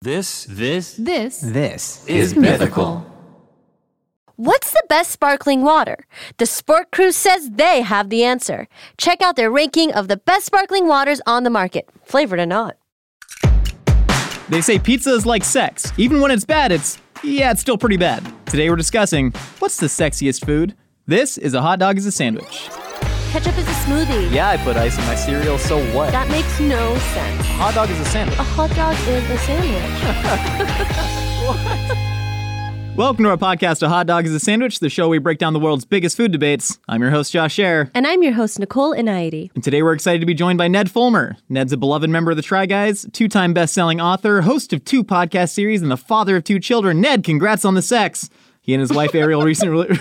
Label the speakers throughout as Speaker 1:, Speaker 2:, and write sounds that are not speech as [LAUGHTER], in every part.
Speaker 1: This, this
Speaker 2: This
Speaker 3: This
Speaker 1: is mythical.
Speaker 4: What's the best sparkling water? The Sport Crew says they have the answer. Check out their ranking of the best sparkling waters on the market, flavored or not.
Speaker 5: They say pizza is like sex. Even when it's bad, it's, yeah, it's still pretty bad. Today we're discussing what's the sexiest food? This is a hot dog as a sandwich.
Speaker 4: Ketchup is a smoothie.
Speaker 5: Yeah, I put ice in my cereal, so what?
Speaker 4: That makes no sense.
Speaker 5: hot dog is a sandwich.
Speaker 4: A hot dog is a sandwich.
Speaker 5: Welcome to our podcast, A Hot Dog is a Sandwich, the show we break down the world's biggest food debates. I'm your host, Josh Scher.
Speaker 4: And I'm your host, Nicole Inaidi.
Speaker 5: And today we're excited to be joined by Ned Fulmer. Ned's a beloved member of the Try Guys, two time best selling author, host of two podcast series, and the father of two children. Ned, congrats on the sex. He and his wife Ariel recently. [LAUGHS]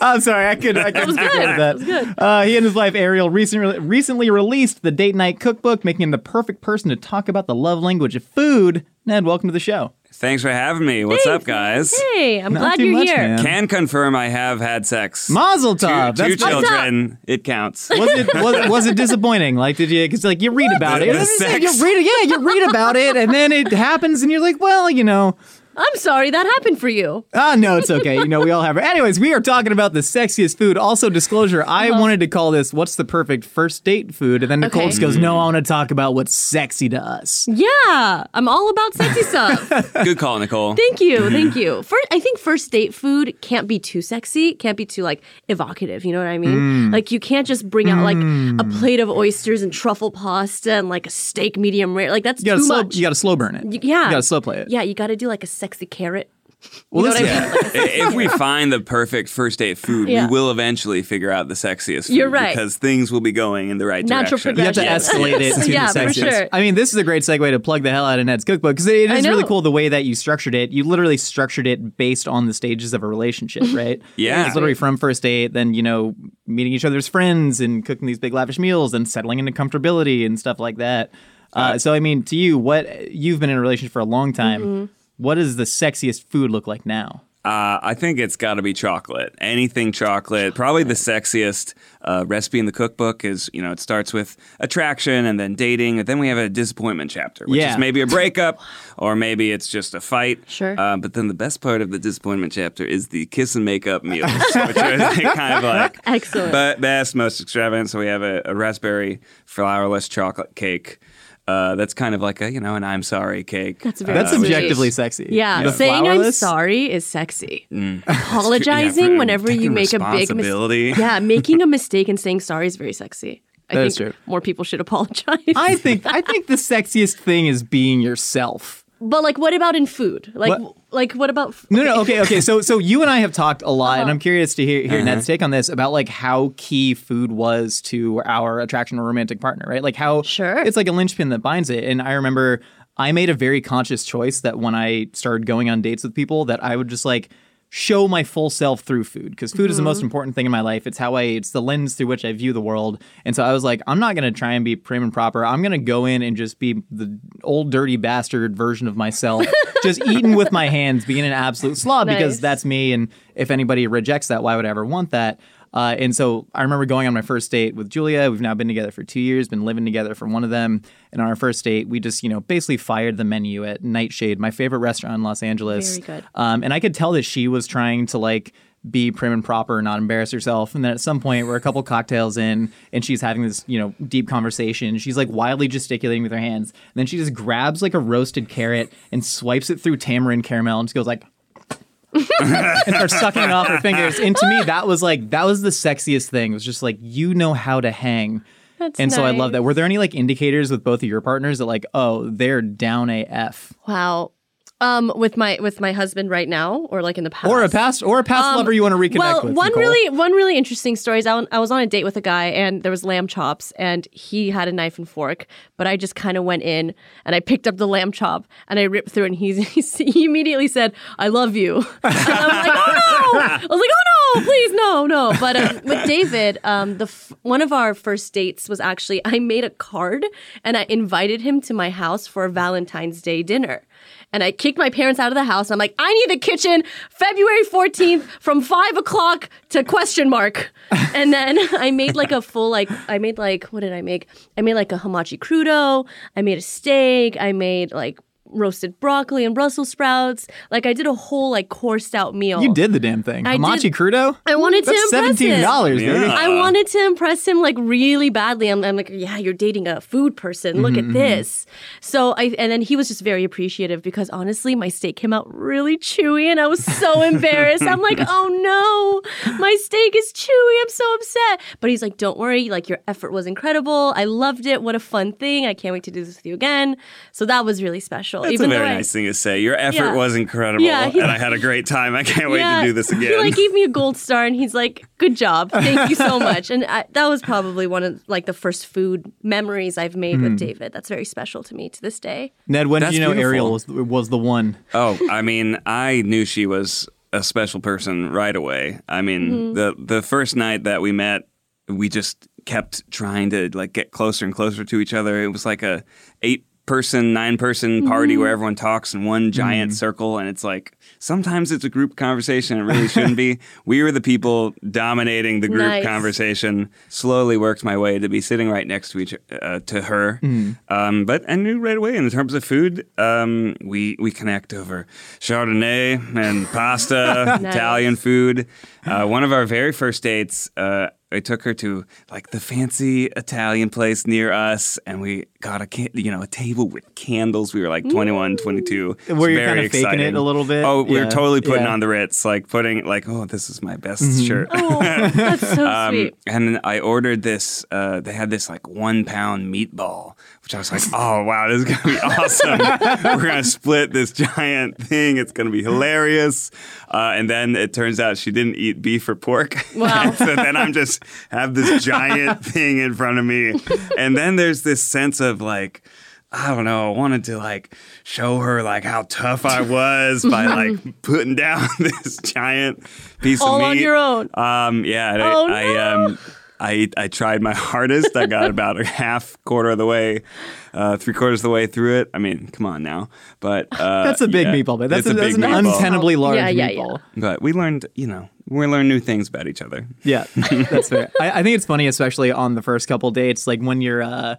Speaker 5: I'm sorry, I could. I could get rid of that. Uh, he and his wife Ariel recently recently released the date night cookbook, making him the perfect person to talk about the love language of food. Ned, welcome to the show.
Speaker 1: Thanks for having me. What's up, guys?
Speaker 4: Hey, I'm
Speaker 5: Not
Speaker 4: glad
Speaker 5: too
Speaker 4: you're
Speaker 5: much,
Speaker 4: here.
Speaker 5: man.
Speaker 1: Can confirm I have had sex.
Speaker 5: Mazel
Speaker 1: Two-
Speaker 5: tov.
Speaker 1: Two,
Speaker 5: That's-
Speaker 1: children. It counts.
Speaker 5: was it was, was it disappointing? Like, did you? Because like you read about
Speaker 1: The-
Speaker 5: it,
Speaker 1: the
Speaker 5: It's like,
Speaker 1: sex?
Speaker 5: you read it, yeah, you read about it, and then it happens, and you're like, well, you know,
Speaker 2: I'm sorry that happened for you.
Speaker 5: ah, no, it's okay. You know, we all have. Anyways, we are talking about the sexiest food. Also, disclosure: I wanted to call this "What's the perfect first date food," and then Nicole
Speaker 2: Uh-huh. Okay.
Speaker 5: just goes, "No, I want to talk about what's sexy to us."
Speaker 2: Yeah, I'm all
Speaker 5: [LAUGHS]
Speaker 2: about sexy stuff.
Speaker 1: Good call, Nicole.
Speaker 2: Thank you, thank you. First, I think first date food can't be too sexy, can't be too like evocative. You know what I
Speaker 5: Mm.
Speaker 2: mean? Like you can't just bring out like a plate of oysters and truffle pasta and like a steak medium rare. Like that's
Speaker 5: You gotta
Speaker 2: too
Speaker 5: slow.
Speaker 2: much.
Speaker 5: You gotta slow burn it.
Speaker 2: yeah,
Speaker 5: You gotta slow play it.
Speaker 2: Yeah, you gotta do like a sexy carrot.
Speaker 5: [LAUGHS] Well,
Speaker 2: you
Speaker 5: this-
Speaker 2: know what I mean? Like,
Speaker 1: I- if we find the perfect first date food,
Speaker 2: Yeah.
Speaker 1: we will eventually figure out the sexiest food.
Speaker 2: You're right.
Speaker 1: Because things will be going in the right
Speaker 2: Natural
Speaker 1: direction.
Speaker 5: You have to
Speaker 2: Yes.
Speaker 5: escalate
Speaker 2: [LAUGHS]
Speaker 5: it to
Speaker 2: Yeah,
Speaker 5: the
Speaker 2: for
Speaker 5: sections.
Speaker 2: sure.
Speaker 5: I mean, this is a great segue to plug the hell out of Ned's cookbook because it
Speaker 2: I
Speaker 5: is
Speaker 2: know.
Speaker 5: really cool the way that you structured it. You literally structured it based on the stages of a
Speaker 2: [LAUGHS]
Speaker 5: relationship, right?
Speaker 1: Yeah.
Speaker 5: It's literally from first date, then, you know, meeting each other's friends and cooking these big lavish meals and settling into comfortability and stuff like that. Uh, so, I mean, to you, what you've been in a relationship for a long time.
Speaker 2: Mm-hmm.
Speaker 5: What does the sexiest food look like now?
Speaker 1: Uh, I think it's got to be chocolate. Anything chocolate. Probably the sexiest uh, recipe in the cookbook is, you know, it starts with attraction and then dating. And then we have a disappointment chapter, which
Speaker 5: Yeah.
Speaker 1: is maybe a
Speaker 2: [LAUGHS]
Speaker 1: breakup or maybe it's just a fight.
Speaker 2: Sure.
Speaker 1: Uh, but then the best part of the disappointment chapter is the kiss and make up meals, which are I
Speaker 2: [LAUGHS]
Speaker 1: think, kind of like
Speaker 2: Excellent.
Speaker 1: but best, most extravagant. So we have a, a raspberry flourless chocolate cake. Uh, that's kind of like a, you know, an I'm sorry cake. Uh,
Speaker 2: That's very
Speaker 5: That's
Speaker 2: sweet.
Speaker 5: objectively sexy.
Speaker 2: Uh, Yeah,
Speaker 5: The
Speaker 2: saying I'm
Speaker 5: flowerless?
Speaker 2: sorry
Speaker 5: [LAUGHS]
Speaker 2: is sexy.
Speaker 1: Yeah,
Speaker 2: Apologizing
Speaker 1: for-
Speaker 2: whenever you
Speaker 1: taking
Speaker 2: make a big
Speaker 1: responsibility.
Speaker 2: mistake. [LAUGHS] Yeah,
Speaker 5: [LAUGHS]
Speaker 2: making a mistake and saying sorry is very sexy. I
Speaker 5: That
Speaker 2: think
Speaker 5: is true.
Speaker 2: more people should apologize.
Speaker 5: I think I think the sexiest thing is being yourself.
Speaker 2: [LAUGHS] but like, what about in food? Like,
Speaker 5: What?
Speaker 2: like what about? f-
Speaker 5: No, no, okay, okay. So, so you and I have talked a lot, and I'm curious to hear, hear Ned's take on this about like how key food was to our attraction or romantic partner, right? Like how
Speaker 2: Sure.
Speaker 5: it's like a linchpin that binds it. And I remember I made a very conscious choice that when I started going on dates with people, that I would just like show my full self through food because food is the most important thing in my life. It's how I, it's the lens through which I view the world. And so I was like, I'm not gonna try and be prim and proper. I'm gonna go in and just be the old dirty bastard version of myself, just eating with my hands, being an absolute slob because
Speaker 2: Nice.
Speaker 5: that's me. And if anybody rejects that, why would I ever want that? Uh, and so I remember going on my first date with Julia. We've now been together for two years, been living together for one of them. And on our first date, we just, you know, basically fired the menu at Nightshade, my favorite restaurant in Los Angeles.
Speaker 2: Very good.
Speaker 5: Um, and I could tell that she was trying to like be prim and proper and not embarrass herself. And then at some point, we're a couple cocktails in, and she's having this, you know, deep conversation. She's like wildly gesticulating with her hands. And then she just grabs like a roasted carrot and swipes it through tamarind caramel and just goes like, and starts sucking it off her fingers. And to me, that was like that was the sexiest thing. It was just like you know how to hang.
Speaker 2: That's
Speaker 5: and so I love
Speaker 2: nice.
Speaker 5: that. Were there any like indicators with both of your partners that like, oh, they're down AF?
Speaker 2: Wow. Um, with my with my husband right now, or like in the past,
Speaker 5: Or a past or a past lover you want to reconnect
Speaker 2: Um, well,
Speaker 5: with.
Speaker 2: one
Speaker 5: Nicole?
Speaker 2: really one really interesting story is I, I was on a date with a guy and there was lamb chops and he had a knife and fork, but I just kind of went in and I picked up the lamb chop and I ripped through it and he [LAUGHS] he immediately said, "I love you." And I was like, "Oh no!" I was like, "Oh no, please, no, no." But um, with David, um, the f- one of our first dates was actually I made a card and I invited him to my house for a Valentine's Day dinner. And I kicked my parents out of the house. I'm like, I need the kitchen February 14th from five o'clock to question mark. And then [LAUGHS] I made like a full, like, I made like, what did I make? I made like a hamachi crudo. I made a steak. I made like roasted broccoli and Brussels sprouts. Like I did a whole like coursed out meal.
Speaker 5: You did the damn thing.
Speaker 2: I
Speaker 5: Hamachi
Speaker 2: did-
Speaker 5: crudo.
Speaker 2: I wanted to
Speaker 5: That's
Speaker 2: impress him.
Speaker 5: seventeen dollars, baby.
Speaker 1: Yeah.
Speaker 2: I wanted to impress him like really badly. I'm, I'm like, yeah, you're dating a food person. Look
Speaker 5: Mm-hmm,
Speaker 2: at this. So I and then he was just very appreciative because honestly, my steak came out really chewy, and I
Speaker 5: [LAUGHS]
Speaker 2: was so embarrassed. I'm like, oh no, my steak is chewy. I'm so upset. But he's like, don't worry, like your effort was incredible. I loved it. What a fun thing. I can't wait to do this with you again. So that was really special.
Speaker 1: That's a
Speaker 2: even though
Speaker 1: very
Speaker 2: I-
Speaker 1: nice thing to say. Your effort
Speaker 2: Yeah.
Speaker 1: was incredible,
Speaker 2: Yeah, he-
Speaker 1: and I had a great time. I can't wait to do this again.
Speaker 2: [LAUGHS] He like gave me a gold star, and he's like, "Good job, thank
Speaker 1: [LAUGHS]
Speaker 2: you so much." And I, that was probably one of like the first food memories I've made with
Speaker 1: Hmm.
Speaker 2: David. That's very special to me to this
Speaker 1: [LAUGHS]
Speaker 2: day.
Speaker 5: Ned, when did
Speaker 1: That's
Speaker 5: you know
Speaker 1: beautiful.
Speaker 5: Ariel was was the one?
Speaker 1: Oh, I mean, I knew she was a special person right away. I
Speaker 2: Mm-hmm.
Speaker 1: mean, the the first night that we met, we just kept trying to like get closer and closer to each other. It was like a eight person, nine person party
Speaker 2: Mm-hmm.
Speaker 1: where everyone talks in one giant circle and it's like sometimes it's a group conversation, it really shouldn't be. We were the people dominating the group
Speaker 2: [LAUGHS] Nice.
Speaker 1: conversation. Slowly worked my way to be sitting right next to each uh, to her.
Speaker 5: Mm.
Speaker 1: Um, but I knew right away in terms of food, um, we we connect over Chardonnay and
Speaker 5: [LAUGHS]
Speaker 1: pasta,
Speaker 2: Nice.
Speaker 1: Italian food. Uh, one of our very first dates. Uh, I took her to like the fancy Italian place near us, and we got a ca- you know a table with candles. We were like 21, 22. It was
Speaker 5: Were you
Speaker 1: very
Speaker 5: kinda faking it
Speaker 1: exciting.
Speaker 5: a little bit?
Speaker 1: Oh, we
Speaker 5: Yeah.
Speaker 1: were totally putting
Speaker 5: Yeah. Mm-hmm.
Speaker 1: on the Ritz, like putting like, oh, this is my best shirt.
Speaker 2: Oh, that's so sweet.
Speaker 1: Um, And then I ordered this. Uh, they had this like one pound meatball, which I was
Speaker 2: [LAUGHS]
Speaker 1: like, "Oh wow, this is gonna be awesome! We're gonna split this giant thing. It's gonna be hilarious." Uh, and then it turns out she didn't eat beef or pork.
Speaker 2: Wow.
Speaker 1: [LAUGHS] so then I'm just have this
Speaker 2: [LAUGHS]
Speaker 1: giant thing in front of me, and then there's this sense of like. I don't know. I wanted to like show her like how tough I was by
Speaker 2: [LAUGHS]
Speaker 1: like putting down [LAUGHS] this giant piece
Speaker 2: All
Speaker 1: of meat
Speaker 2: on your own.
Speaker 1: um, yeah, and
Speaker 2: Oh,
Speaker 1: I, I um I I tried my [LAUGHS] hardest. I got about a half quarter of the way, uh, three quarters of the way through it. I mean, come on now. But uh,
Speaker 5: [LAUGHS] That's a big
Speaker 1: yeah,
Speaker 5: meatball, but that's,
Speaker 1: it's
Speaker 5: a, that's an
Speaker 1: big meatball.
Speaker 5: untenably large
Speaker 2: Yeah, yeah, yeah.
Speaker 5: meatball.
Speaker 1: But we learned, you know, we learn new things about each other.
Speaker 5: Yeah, [LAUGHS] that's fair. I, I think it's funny, especially on the first couple dates, like when you're uh,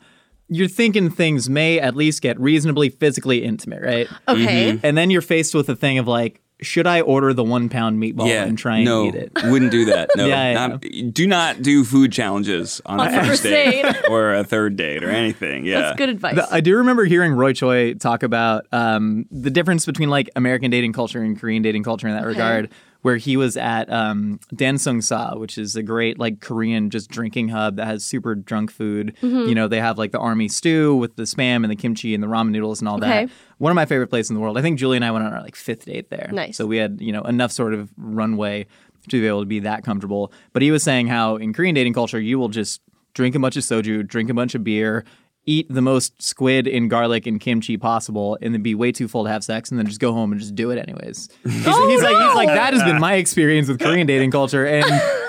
Speaker 5: you're thinking things may at least get reasonably physically intimate, right?
Speaker 1: mm-hmm.
Speaker 2: Okay,
Speaker 5: And then you're faced with the thing of like, should I order the one pound meatball and try and
Speaker 1: no,
Speaker 5: eat it?
Speaker 1: wouldn't do
Speaker 5: [LAUGHS]
Speaker 1: that. No,
Speaker 5: Yeah, yeah.
Speaker 1: Not- do not do food challenges on,
Speaker 2: On
Speaker 1: a
Speaker 2: the
Speaker 1: first
Speaker 2: first
Speaker 1: date [LAUGHS] or a third date or anything. Yeah,
Speaker 2: that's good advice.
Speaker 5: The- uh, I do remember hearing Roy Choi talk about um, the difference between like American dating culture and Korean dating culture in that regard. Where he was at um, Dansung Sa, which is a great like Korean just drinking hub that has super drunk food.
Speaker 2: Mm-hmm.
Speaker 5: You know, they have like the army stew with the spam and the kimchi and the ramen noodles and all that.
Speaker 2: Okay.
Speaker 5: One of my favorite places in the world. I think Julie and I went on our like fifth date there.
Speaker 2: Nice.
Speaker 5: So we had you know enough sort of runway to be able to be that comfortable. But he was saying how in Korean dating culture you will just drink a bunch of soju, drink a bunch of beer, eat the most squid and garlic and kimchi possible, and then be way too full to have sex, and then just go home and just do it anyways. He's, he's like he's like that has been my experience with Korean dating culture, and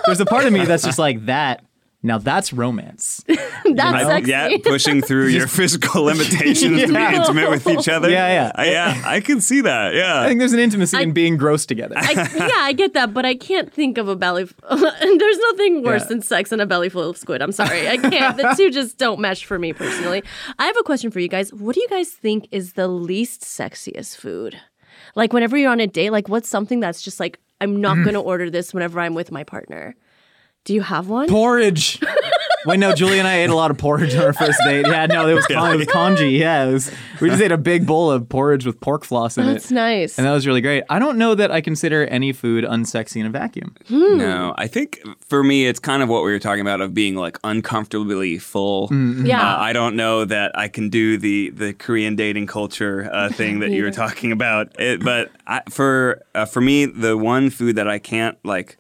Speaker 5: there's a part of me that's just like that. Now that's romance.
Speaker 2: that's
Speaker 1: I,
Speaker 2: sexy.
Speaker 1: yeah, pushing
Speaker 5: [LAUGHS]
Speaker 1: through your physical limitations to be
Speaker 5: Yeah.
Speaker 1: intimate with each other.
Speaker 5: Yeah, yeah.
Speaker 1: I, yeah. I can see that. Yeah,
Speaker 5: I think there's an intimacy in being gross together.
Speaker 2: I, yeah, I get that, but I can't think of a belly. [LAUGHS] There's nothing worse
Speaker 5: Yeah.
Speaker 2: than sex and a belly full of squid. I'm sorry, I can't. the two just don't mesh for me personally. I have a question for you guys. What do you guys think is the least sexiest food? Like whenever you're on a date, like what's something that's just like I'm not going to order this whenever I'm with my partner. Do you have one?
Speaker 5: porridge. Wait, no, Julie and I ate a lot of porridge on our first date. Yeah, no, it was, con- it was congee. Yeah, it was, we just ate a big bowl of porridge with pork floss in
Speaker 2: That's
Speaker 5: it.
Speaker 2: nice.
Speaker 5: And that was really great. I don't know that I consider any food unsexy in a vacuum.
Speaker 1: No, I think for me, it's kind of what we were talking about of being like uncomfortably full.
Speaker 2: Yeah.
Speaker 1: Uh, I don't know that I can do the, the Korean dating culture uh, thing that you were talking about. It, but I, for uh, for me, the one food that I can't like,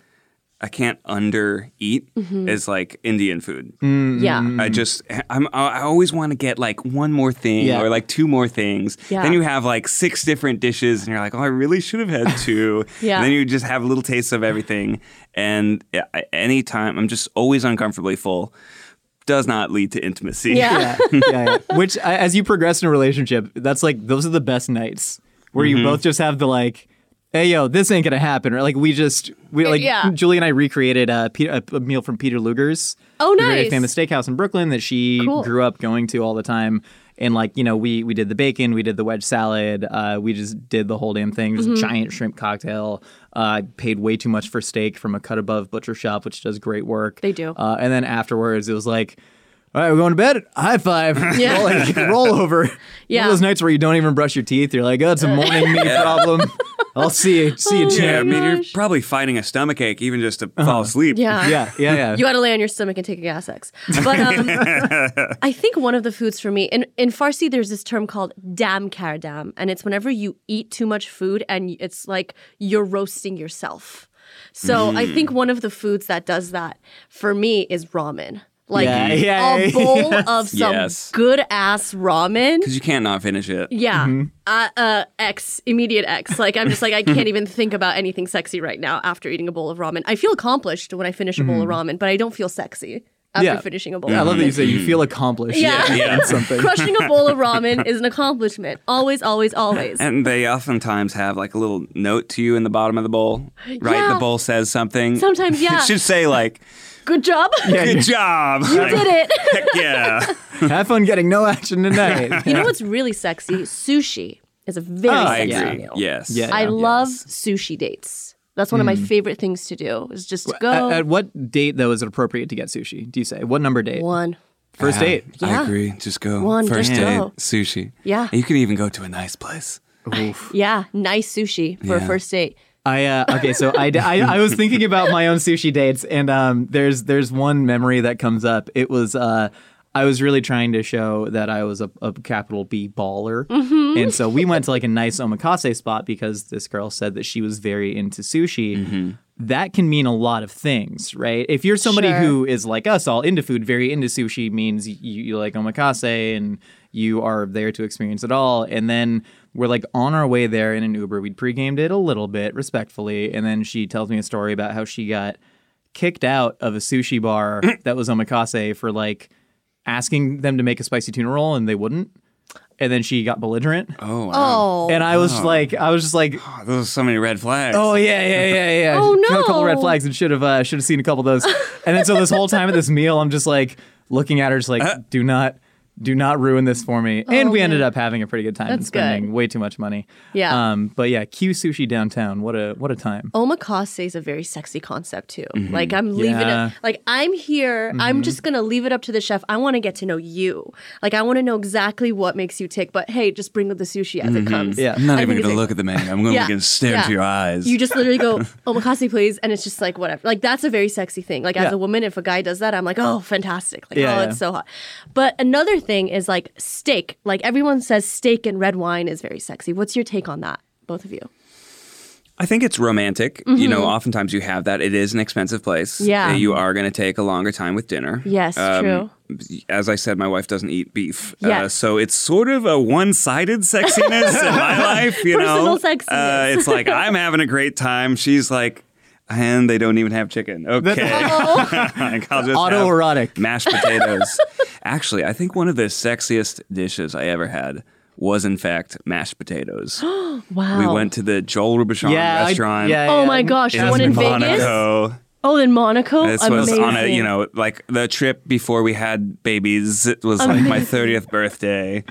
Speaker 1: I can't under eat is like Indian food.
Speaker 2: yeah.
Speaker 1: I just I'm I I always want to get like one more thing
Speaker 5: Yeah.
Speaker 1: or like two more things.
Speaker 2: Yeah.
Speaker 1: Then you have like six different dishes and you're like, "Oh, I really should have had
Speaker 2: [LAUGHS]
Speaker 1: two.
Speaker 2: Yeah.
Speaker 1: And then you just have little tastes of everything and a- any time I'm just always uncomfortably full. Does not lead to intimacy.
Speaker 2: Yeah.
Speaker 5: Yeah, yeah, yeah. Which, I- as you progress in a relationship, that's like, those are the best nights where you both just have the like, hey, yo, this ain't going to happen. Or like, we just, we like,
Speaker 2: Yeah.
Speaker 5: Julie and I recreated a, Pe- a, a meal from Peter Luger's.
Speaker 2: Oh,
Speaker 5: A very
Speaker 2: nice.
Speaker 5: famous steakhouse in Brooklyn that she
Speaker 2: Cool.
Speaker 5: grew up going to all the time. And like you know, we we did the bacon, we did the wedge salad, uh, we just did the whole damn thing. Just
Speaker 2: Mm-hmm.
Speaker 5: giant shrimp cocktail. Uh, I paid way too much for steak from a cut above butcher shop, which does great work.
Speaker 2: They do.
Speaker 5: Uh, and then afterwards, it was like. All right, we're going to bed. High
Speaker 2: [LAUGHS]
Speaker 5: five. [LAUGHS]
Speaker 2: Yeah.
Speaker 5: Roll, like, roll
Speaker 2: [LAUGHS]
Speaker 5: over. One of
Speaker 2: Yeah.
Speaker 5: those nights where you don't even brush your teeth. You're like, oh, it's a morning me problem. I'll see you. See
Speaker 2: Oh, [LAUGHS]
Speaker 5: you,
Speaker 1: [LAUGHS] Yeah, I
Speaker 5: champ.
Speaker 1: mean, you're probably fighting a stomach ache even just to fall asleep.
Speaker 2: Uh-huh. Yeah.
Speaker 5: Yeah, yeah, yeah.
Speaker 2: You got to lay on your stomach and take a gas X. But um, I think one of the foods for me in, in Farsi, there's this term called dam kardam, and it's whenever you eat too much food and it's like you're roasting yourself. So I think one of the foods that does that for me is ramen. Like
Speaker 5: Yeah, yeah,
Speaker 2: a
Speaker 5: yeah,
Speaker 2: bowl of some
Speaker 1: Yes.
Speaker 2: good ass ramen.
Speaker 1: Because you can't not finish it.
Speaker 2: Yeah.
Speaker 5: Mm-hmm.
Speaker 2: Uh, uh, X, immediate X. Like, I'm just like,
Speaker 5: [LAUGHS]
Speaker 2: I can't even think about anything sexy right now after eating a bowl of ramen. I feel accomplished when I finish a bowl of ramen, but I don't feel sexy after
Speaker 5: Mm-hmm. Yeah.
Speaker 2: finishing a bowl
Speaker 5: Yeah, I
Speaker 2: of ramen.
Speaker 5: love that you say you feel accomplished.
Speaker 2: Yeah.
Speaker 5: in
Speaker 1: Yeah.
Speaker 2: [LAUGHS]
Speaker 5: something.
Speaker 2: Crushing a bowl
Speaker 5: [LAUGHS]
Speaker 2: of ramen is an accomplishment. Always, always, always.
Speaker 1: And they oftentimes have like a little note to you in the bottom of the bowl, right?
Speaker 2: Yeah.
Speaker 1: The bowl says something.
Speaker 2: Sometimes,
Speaker 1: [LAUGHS]
Speaker 2: yeah.
Speaker 1: it should say
Speaker 2: [LAUGHS]
Speaker 1: like,
Speaker 2: Good job.
Speaker 1: "Good job, you
Speaker 2: [LAUGHS] Did it.
Speaker 1: [LAUGHS] Yeah,
Speaker 5: Have fun getting no action tonight.
Speaker 2: You know what's really sexy? Sushi is a very
Speaker 5: Oh,
Speaker 1: I
Speaker 2: sexy
Speaker 1: agree.
Speaker 2: meal.
Speaker 1: Yes,
Speaker 5: Yeah.
Speaker 2: I love sushi dates. That's one of my
Speaker 5: Mm.
Speaker 2: favorite things to do is just to go
Speaker 5: At, at what date though is it appropriate to get sushi? Do you say what number date?
Speaker 2: one.
Speaker 1: Uh,
Speaker 5: First date.
Speaker 2: Yeah.
Speaker 1: I agree. Just go
Speaker 2: One,
Speaker 1: first
Speaker 2: just
Speaker 1: date
Speaker 2: go.
Speaker 1: sushi.
Speaker 2: Yeah.
Speaker 1: And you can even go to a nice place.
Speaker 2: Yeah, nice sushi for a
Speaker 1: Yeah.
Speaker 2: first date.
Speaker 5: I uh, okay, so I, d- I- I was thinking about my own sushi dates, and um, there's there's one memory that comes up. It was uh, I was really trying to show that I was a, a capital B baller, and so we went to like a nice omakase spot because this girl said that she was very into sushi. That can mean a lot of things, right? If you're somebody
Speaker 2: Sure.
Speaker 5: who is like us, all into food, very into sushi, means you, you like omakase and you are there to experience it all. And then we're like on our way there in an Uber. We'd pre-gamed it a little bit respectfully, and then she tells me a story about how she got kicked out of a
Speaker 1: [CLEARS THROAT]
Speaker 5: sushi bar that was omakase for like asking them to make a spicy tuna roll and they wouldn't. And then she got belligerent.
Speaker 1: Oh, wow.
Speaker 2: Oh,
Speaker 5: And I was like, I was just like,
Speaker 1: Oh, those are so many red flags.
Speaker 5: Oh yeah, yeah, yeah, yeah.
Speaker 2: Oh,
Speaker 5: Threw A couple red
Speaker 2: no.
Speaker 5: flags and should have uh, should have seen a couple of those. And then so this whole time at this meal, I'm just like looking at her, just like,
Speaker 1: Uh-huh.
Speaker 5: do not, do not ruin this for me. and we ended up having a pretty good time and
Speaker 2: Oh, That's good.
Speaker 5: spending way too much money.
Speaker 2: Yeah.
Speaker 5: Um. But yeah, Q sushi downtown. What a what a time.
Speaker 2: omakase is a very sexy concept too. Like I'm leaving
Speaker 5: Mm-hmm. Yeah. Mm-hmm.
Speaker 2: it. Like I'm here. I'm just gonna leave it up to the chef. I want to get to know you. Like I want to know exactly what makes you tick. But hey, just bring the sushi as it comes.
Speaker 5: Mm-hmm. Yeah.
Speaker 1: I'm not
Speaker 2: I
Speaker 1: even
Speaker 2: think
Speaker 1: going
Speaker 2: it's-
Speaker 1: to look at the menu. I'm going
Speaker 2: Yeah.
Speaker 1: to stare into
Speaker 2: Yeah.
Speaker 1: your eyes.
Speaker 2: You just literally go omakase, please, and it's just like whatever. Like that's a very sexy thing. Like as
Speaker 5: Yeah.
Speaker 2: a woman, if a guy does that, I'm like, oh, fantastic. Like
Speaker 5: Yeah,
Speaker 2: oh,
Speaker 5: yeah.
Speaker 2: it's so hot. But another thing is like steak. Like everyone says, steak and red wine is very sexy. What's your take on that, both of you?
Speaker 1: I think it's romantic. You know, oftentimes you have that. It is an expensive place.
Speaker 2: Mm-hmm. Yeah.
Speaker 1: Uh, You are going to take a longer time with dinner. Um,
Speaker 2: Yes, true.
Speaker 1: As I said, my wife doesn't eat beef. Uh,
Speaker 2: Yes.
Speaker 1: so it's sort of a one sided sexiness in
Speaker 2: [LAUGHS]
Speaker 1: my life, you know?
Speaker 2: Personal sexiness.
Speaker 1: Uh, it's like, I'm having a great time. She's like, and they don't even have chicken.
Speaker 2: [LAUGHS]
Speaker 1: Okay. [LAUGHS] Like, I'll just have
Speaker 5: Autoerotic.
Speaker 1: Mashed potatoes. Actually, I think one of the sexiest dishes I ever had was, in fact, mashed potatoes.
Speaker 2: Wow.
Speaker 1: We
Speaker 6: Oh.
Speaker 1: went to the Joel Robichon
Speaker 5: Yeah. I-
Speaker 1: restaurant.
Speaker 5: yeah,
Speaker 2: Oh
Speaker 5: yeah.
Speaker 2: my gosh,
Speaker 1: in
Speaker 2: the one in Vegas.
Speaker 1: Monaco.
Speaker 2: Oh, in Monaco.
Speaker 1: This was
Speaker 2: Amazing.
Speaker 1: on a you know like the trip before we had babies. It was like my thirtieth birthday,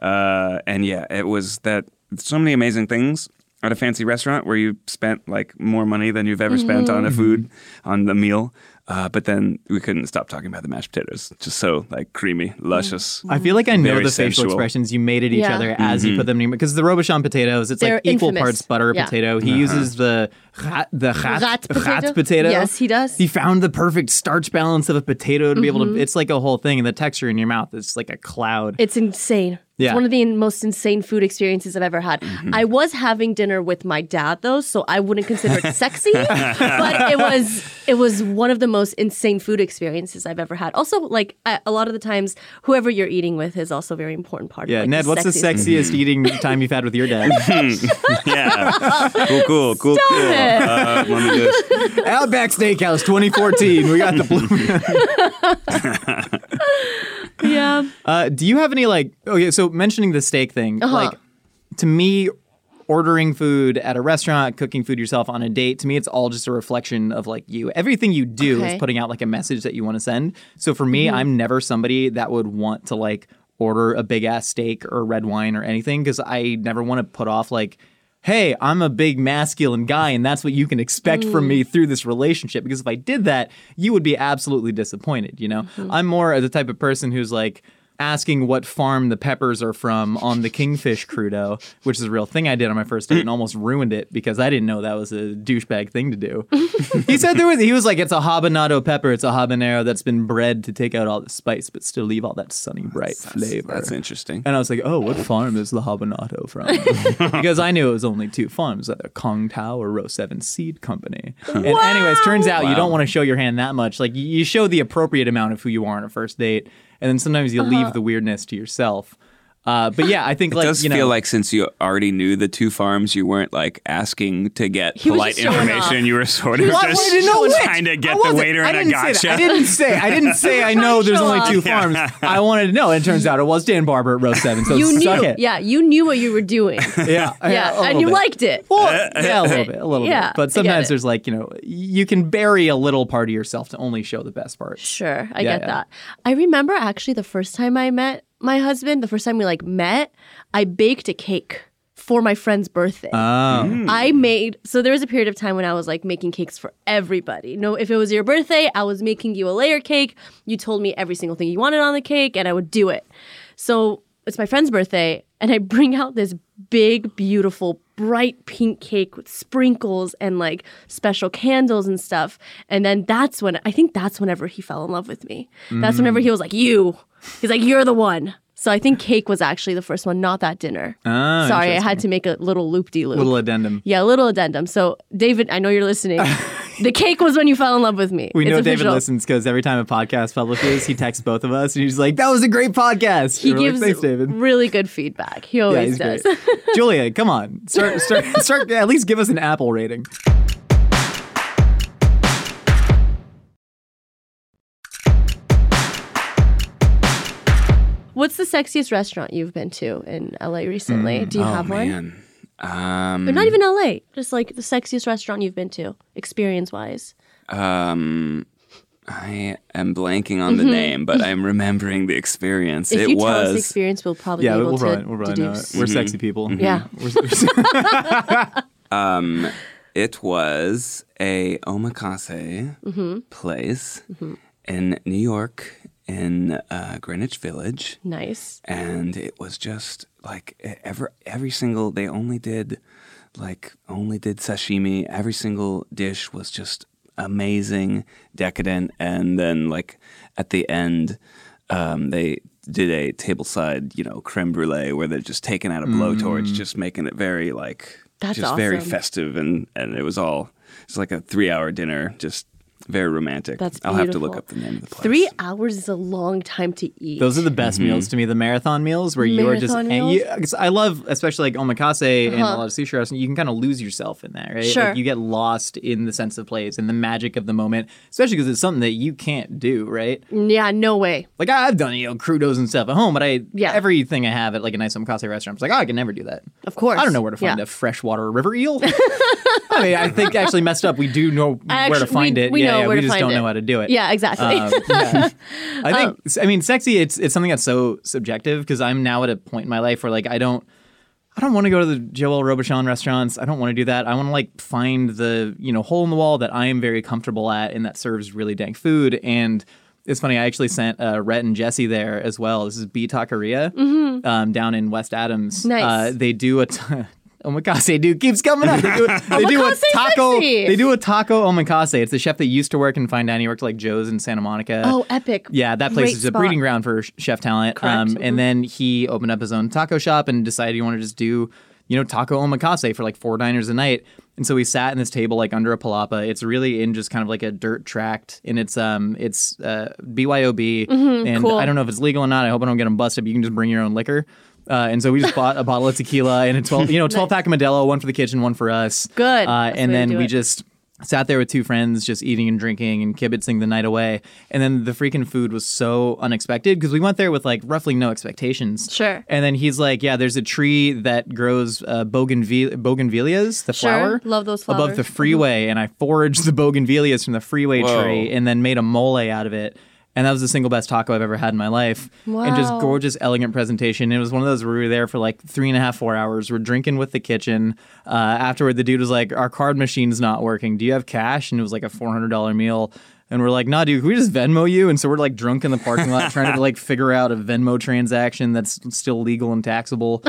Speaker 1: uh, and yeah, it was that so many amazing things at a fancy restaurant where you spent like more money than you've ever spent on a food on the meal. Uh, but then we couldn't stop talking about the mashed potatoes. Just so like creamy, luscious.
Speaker 5: I feel like I know
Speaker 1: Very
Speaker 5: the facial
Speaker 1: sensual. Mm-hmm.
Speaker 5: expressions you made at each
Speaker 2: Yeah.
Speaker 5: other as you put them together. Because the Robichon potatoes, it's
Speaker 2: They're
Speaker 5: like equal
Speaker 2: infamous.
Speaker 5: parts butter
Speaker 2: Yeah.
Speaker 5: potato.
Speaker 1: Uh-huh.
Speaker 5: He uses the rat, the rat,
Speaker 2: Rat potato?
Speaker 5: potato.
Speaker 2: Yes, he does. Mm-hmm.
Speaker 5: He found the perfect starch balance of a potato to be able to. It's like a whole thing, and the texture in your mouth is like a cloud.
Speaker 2: It's insane. It's
Speaker 5: Yeah. Mm-hmm.
Speaker 2: one of the most insane food experiences I've ever had. I was having dinner with my dad though, so I wouldn't consider
Speaker 5: [LAUGHS]
Speaker 2: it sexy, but it was it was one of the most insane food experiences I've ever had. Also, like I, a lot of the times, whoever you're eating with is also a very important part.
Speaker 5: yeah,
Speaker 2: of, like,
Speaker 5: Ned, what's the
Speaker 2: sexiest-
Speaker 5: sexiest eating time you've had with
Speaker 1: [LAUGHS]
Speaker 5: your dad?
Speaker 1: [LAUGHS] yeah, cool, cool, cool, cool.
Speaker 2: it.
Speaker 1: Uh, let me just.
Speaker 5: [LAUGHS] Outback Steakhouse 2014. We got the blue.
Speaker 2: [LAUGHS] Yeah.
Speaker 5: Uh, do you have any like? Okay, so mentioning the steak thing,
Speaker 2: Uh-huh.
Speaker 5: like to me, ordering food at a restaurant, cooking food yourself on a date, to me, it's all just a reflection of like you. Everything you do
Speaker 2: Okay.
Speaker 5: is putting out like a message that you want to send. So for me, I'm never somebody that would want to like order a big ass steak or red wine or anything because I never want to put off like, hey, I'm a big masculine guy and that's what you can expect from me through this relationship. Because if I did that, you would be absolutely disappointed. You know, I'm more the type of person who's like asking what farm the peppers are from on the kingfish crudo, which is a real thing I did on my first date and almost ruined it because I didn't know that was a douchebag thing to do. he said there was he was like it's a habanero pepper, it's a habanero that's been bred to take out all the spice but still leave all that sunny bright flavor.
Speaker 1: That's interesting.
Speaker 5: And I was like, oh, what farm is the habanero from? [LAUGHS] because I knew it was only two farms, either Kong Tao or Row 7 Seed Company. And anyways, turns out you don't want to show your hand that much. Like, y- you show the appropriate amount of who you are on a first date, and then sometimes you leave the weirdness to yourself. Uh, but yeah, I think
Speaker 1: It
Speaker 5: like
Speaker 1: does
Speaker 5: you know,
Speaker 1: feel like since you already knew the two farms, you weren't like asking to get
Speaker 2: was
Speaker 1: polite
Speaker 2: just showing
Speaker 1: information. You were sort of
Speaker 5: Well, I
Speaker 1: just
Speaker 5: wanted to know which.
Speaker 1: trying to
Speaker 5: I
Speaker 1: get the
Speaker 5: wasn't-
Speaker 1: waiter
Speaker 5: I
Speaker 1: in a
Speaker 5: didn't say that.
Speaker 1: gotcha.
Speaker 5: I didn't say. I didn't say. I know there's
Speaker 2: Show
Speaker 5: only
Speaker 2: off.
Speaker 5: two farms. I wanted to know. And it turns out it was Dan Barber at Row Seven. So
Speaker 2: You
Speaker 5: suck
Speaker 2: knew,
Speaker 5: it.
Speaker 2: yeah, you knew what you were doing.
Speaker 5: yeah, [LAUGHS]
Speaker 2: yeah,
Speaker 5: a
Speaker 2: and
Speaker 5: little
Speaker 2: you
Speaker 5: bit.
Speaker 2: liked it.
Speaker 5: Well, yeah, a little bit, a little
Speaker 2: Yeah,
Speaker 5: bit.
Speaker 2: I get
Speaker 5: But sometimes
Speaker 2: it.
Speaker 5: there's like you know, you can bury a little part of yourself to only show the best part.
Speaker 2: Sure, I
Speaker 5: Yeah,
Speaker 2: get
Speaker 5: yeah.
Speaker 2: that. I remember actually the first time I met my husband, the first time we like met, I baked a cake for my friend's birthday.
Speaker 5: Oh,
Speaker 1: Mm.
Speaker 2: I made so there was a period of time when I was like making cakes for everybody. No, if it was your birthday, I was making you a layer cake. You told me every single thing you wanted on the cake, and I would do it. So it's my friend's birthday, and I bring out this big, beautiful, bright pink cake with sprinkles and like special candles and stuff. And then that's when I think that's whenever he fell in love with me. That's whenever he was like, You. He's like, You're the one. So I think cake was actually the first one, not that dinner. Sorry, I had to make a little loop de loop.
Speaker 5: Little addendum.
Speaker 2: Yeah, a little addendum. So, David, I know
Speaker 5: [LAUGHS]
Speaker 2: you're listening. the cake was when you fell in love with me.
Speaker 5: We
Speaker 2: It's
Speaker 5: know David
Speaker 2: official.
Speaker 5: listens because every time a podcast publishes, he texts both of us and he's like, "That was a great podcast."
Speaker 2: He
Speaker 5: And we're like,
Speaker 2: gives
Speaker 5: Thanks, David.
Speaker 2: really good feedback. He always does. [LAUGHS]
Speaker 5: Julia, come on, start, start, start. At least give us an Apple rating.
Speaker 2: What's the sexiest restaurant you've been to in LA recently?
Speaker 5: Mm,
Speaker 2: Do you
Speaker 5: oh,
Speaker 2: have one?
Speaker 1: Man. Um,
Speaker 2: Or not even LA, just like the sexiest restaurant you've been to, experience wise.
Speaker 1: um, I am blanking on the
Speaker 5: Mm-hmm.
Speaker 1: name, but I'm remembering the experience.
Speaker 2: If
Speaker 1: it
Speaker 2: you
Speaker 1: was.
Speaker 2: tell us the experience, we'll probably
Speaker 5: Yeah,
Speaker 2: be able
Speaker 5: we'll
Speaker 2: to
Speaker 5: probably, we'll probably know it.
Speaker 2: deduce.
Speaker 5: We're sexy people.
Speaker 2: Yeah.
Speaker 5: [LAUGHS] We're-
Speaker 1: It was a omakase
Speaker 5: Mm-hmm.
Speaker 1: place in New York in uh, Greenwich Village,
Speaker 2: Nice.
Speaker 1: and it was just like e- ever every single they only did like only did sashimi. Every single dish was just amazing, decadent, and then like at the end, um, they did a tableside you know creme brulee where they're just taking out a blowtorch, just making it very like
Speaker 2: That's
Speaker 1: just very
Speaker 2: awesome.
Speaker 1: festive and and it was all it's like a three hour dinner, just very romantic.
Speaker 2: That's
Speaker 1: I'll have to
Speaker 2: beautiful.
Speaker 1: look up the name of the place.
Speaker 2: Three hours is a long time to eat.
Speaker 5: Those are the best meals to me. The marathon meals where you are just.
Speaker 2: Marathon
Speaker 5: and
Speaker 2: meals? Uh-huh.
Speaker 5: you- 'cause I love, especially like omakase and a lot of sushi restaurants. You can kind of lose yourself in that, right?
Speaker 2: Sure.
Speaker 5: Like you get lost in the sense of place and the magic of the moment, especially because it's something that you can't do, right?
Speaker 2: yeah, no way.
Speaker 5: Like I've done you know crudos and stuff at home, but I
Speaker 2: Yeah.
Speaker 5: everything I have at like a nice omakase restaurant, it's like oh, I can never do that.
Speaker 2: Of course.
Speaker 5: I don't know where to find
Speaker 2: Yeah.
Speaker 5: a freshwater river
Speaker 2: [LAUGHS]
Speaker 5: eel. I mean, I think actually messed up. We do know
Speaker 2: I
Speaker 5: where to
Speaker 2: actually-
Speaker 5: find
Speaker 2: we-
Speaker 5: it.
Speaker 2: we
Speaker 5: yeah,
Speaker 2: know
Speaker 5: yeah,
Speaker 2: where
Speaker 5: we
Speaker 2: to
Speaker 5: just
Speaker 2: find
Speaker 5: don't
Speaker 2: it.
Speaker 5: know how to do it.
Speaker 2: Yeah, exactly.
Speaker 5: Um, yeah. I
Speaker 2: Um,
Speaker 5: think I mean sexy. It's it's something that's so subjective because I'm now at a point in my life where like I don't I don't want to go to the Joel Robichon restaurants. I don't want to do that. I want to like find the you know hole in the wall that I am very comfortable at and that serves really dank food. And it's funny. I actually sent uh, Rhett and Jesse there as well. This is B Taqueria um, down in West Adams.
Speaker 2: Mm-hmm. Nice.
Speaker 5: Uh, they do a. T- [LAUGHS] Omakase dude keeps coming up. They do,
Speaker 2: [LAUGHS]
Speaker 5: they do a
Speaker 2: Omakase's
Speaker 5: taco.
Speaker 2: sexy.
Speaker 5: They do a taco omakase. It's a chef that used to work in fine dining. He worked at, like Joe's in Santa Monica.
Speaker 2: Oh, epic.
Speaker 5: Yeah, that place
Speaker 2: Great
Speaker 5: is a
Speaker 2: spot.
Speaker 5: breeding ground for sh- chef talent. Um,
Speaker 2: Correct. Mm-hmm.
Speaker 5: And then he opened up his own taco shop and decided he wanted to just do, you know, taco omakase for like four diners a night. And so we sat in this table like under a palapa. It's really in just kind of like a dirt tract, and it's um it's uh, BYOB, and
Speaker 2: Mm-hmm, cool.
Speaker 5: I don't know if it's legal or not. I hope I don't get them busted. But you can just bring your own liquor. Uh, and so we just bought a bottle of tequila and a twelve,
Speaker 2: [LAUGHS]
Speaker 5: you know, twelve pack of Modelo, one for the kitchen, one for us. Uh,
Speaker 2: Good. That's the way
Speaker 5: and
Speaker 2: to
Speaker 5: then
Speaker 2: do
Speaker 5: we
Speaker 2: it.
Speaker 5: just just sat there with two friends just eating and drinking and kibitzing the night away and then the freaking food was so unexpected because we went there with like roughly no expectations
Speaker 2: Sure.
Speaker 5: and then he's like yeah there's a tree that grows uh, bougainville- bougainvilleas the
Speaker 2: Sure.
Speaker 5: flower
Speaker 2: Love those
Speaker 5: above the
Speaker 2: flowers.
Speaker 5: freeway and i foraged the bougainvilleas from the freeway
Speaker 1: Whoa.
Speaker 5: tree and then made a mole out of it And that was the single best taco I've ever had in my life. And just
Speaker 2: Wow.
Speaker 5: gorgeous, elegant presentation. It was one of those where we were there for like three and a half, four hours. We're drinking with the kitchen. Uh, afterward, the dude was like, Our card machine's not working. Do you have cash? And it was like a $400 meal. And we're like, nah, dude, can we just Venmo you? And so we're like drunk in the parking lot trying to like figure out a Venmo transaction that's still legal and
Speaker 2: [LAUGHS]
Speaker 5: taxable.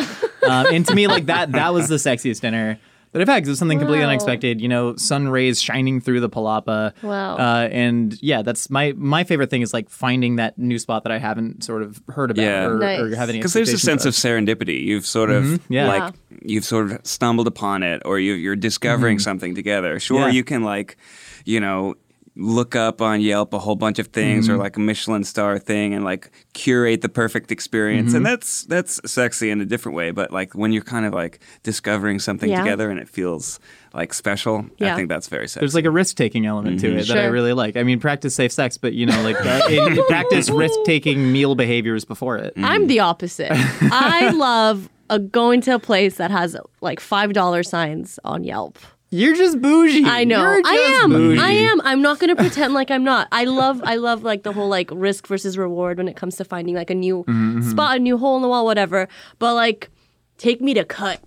Speaker 5: Um, and to me, like that, that was the sexiest dinner that I've had because it was something completely
Speaker 2: Wow.
Speaker 5: unexpected. You know, sun rays shining through the palapa.
Speaker 2: Wow.
Speaker 5: Uh, and yeah, that's my my favorite thing is like finding that new spot that I haven't sort of heard about
Speaker 1: Yeah.
Speaker 5: or, or
Speaker 2: Nice.
Speaker 5: have any
Speaker 1: because there's a
Speaker 5: expectations
Speaker 1: sense of serendipity. You've sort of
Speaker 5: Yeah.
Speaker 1: like you've sort of stumbled upon it, or you, you're discovering something together. Sure,
Speaker 5: Yeah.
Speaker 1: you can like, you know, look up on Yelp a whole bunch of things, or like a Michelin star thing, and like curate the perfect experience, and that's that's sexy in a different way. But like when you're kind of like discovering something
Speaker 2: Yeah.
Speaker 1: together, and it feels like special, I
Speaker 2: Yeah.
Speaker 1: think that's very sexy.
Speaker 5: There's like a risk taking element
Speaker 1: Mm-hmm.
Speaker 5: to it that I
Speaker 2: Sure.
Speaker 5: really like. I mean, practice safe sex, but you know, like
Speaker 2: [LAUGHS]
Speaker 5: that, in, practice risk taking meal behaviors before it.
Speaker 2: I'm the
Speaker 5: [LAUGHS]
Speaker 2: opposite. I love a, going to a place that has like five dollar signs on Yelp.
Speaker 5: You're just bougie.
Speaker 2: I know.
Speaker 5: You're just
Speaker 2: I am.
Speaker 5: bougie.
Speaker 2: I am. I'm not going to pretend like I'm not. I love. I love like the whole like risk versus reward when it comes to finding like a new
Speaker 5: Mm-hmm,
Speaker 2: spot, a new hole in the wall, whatever. But like, take me to cut.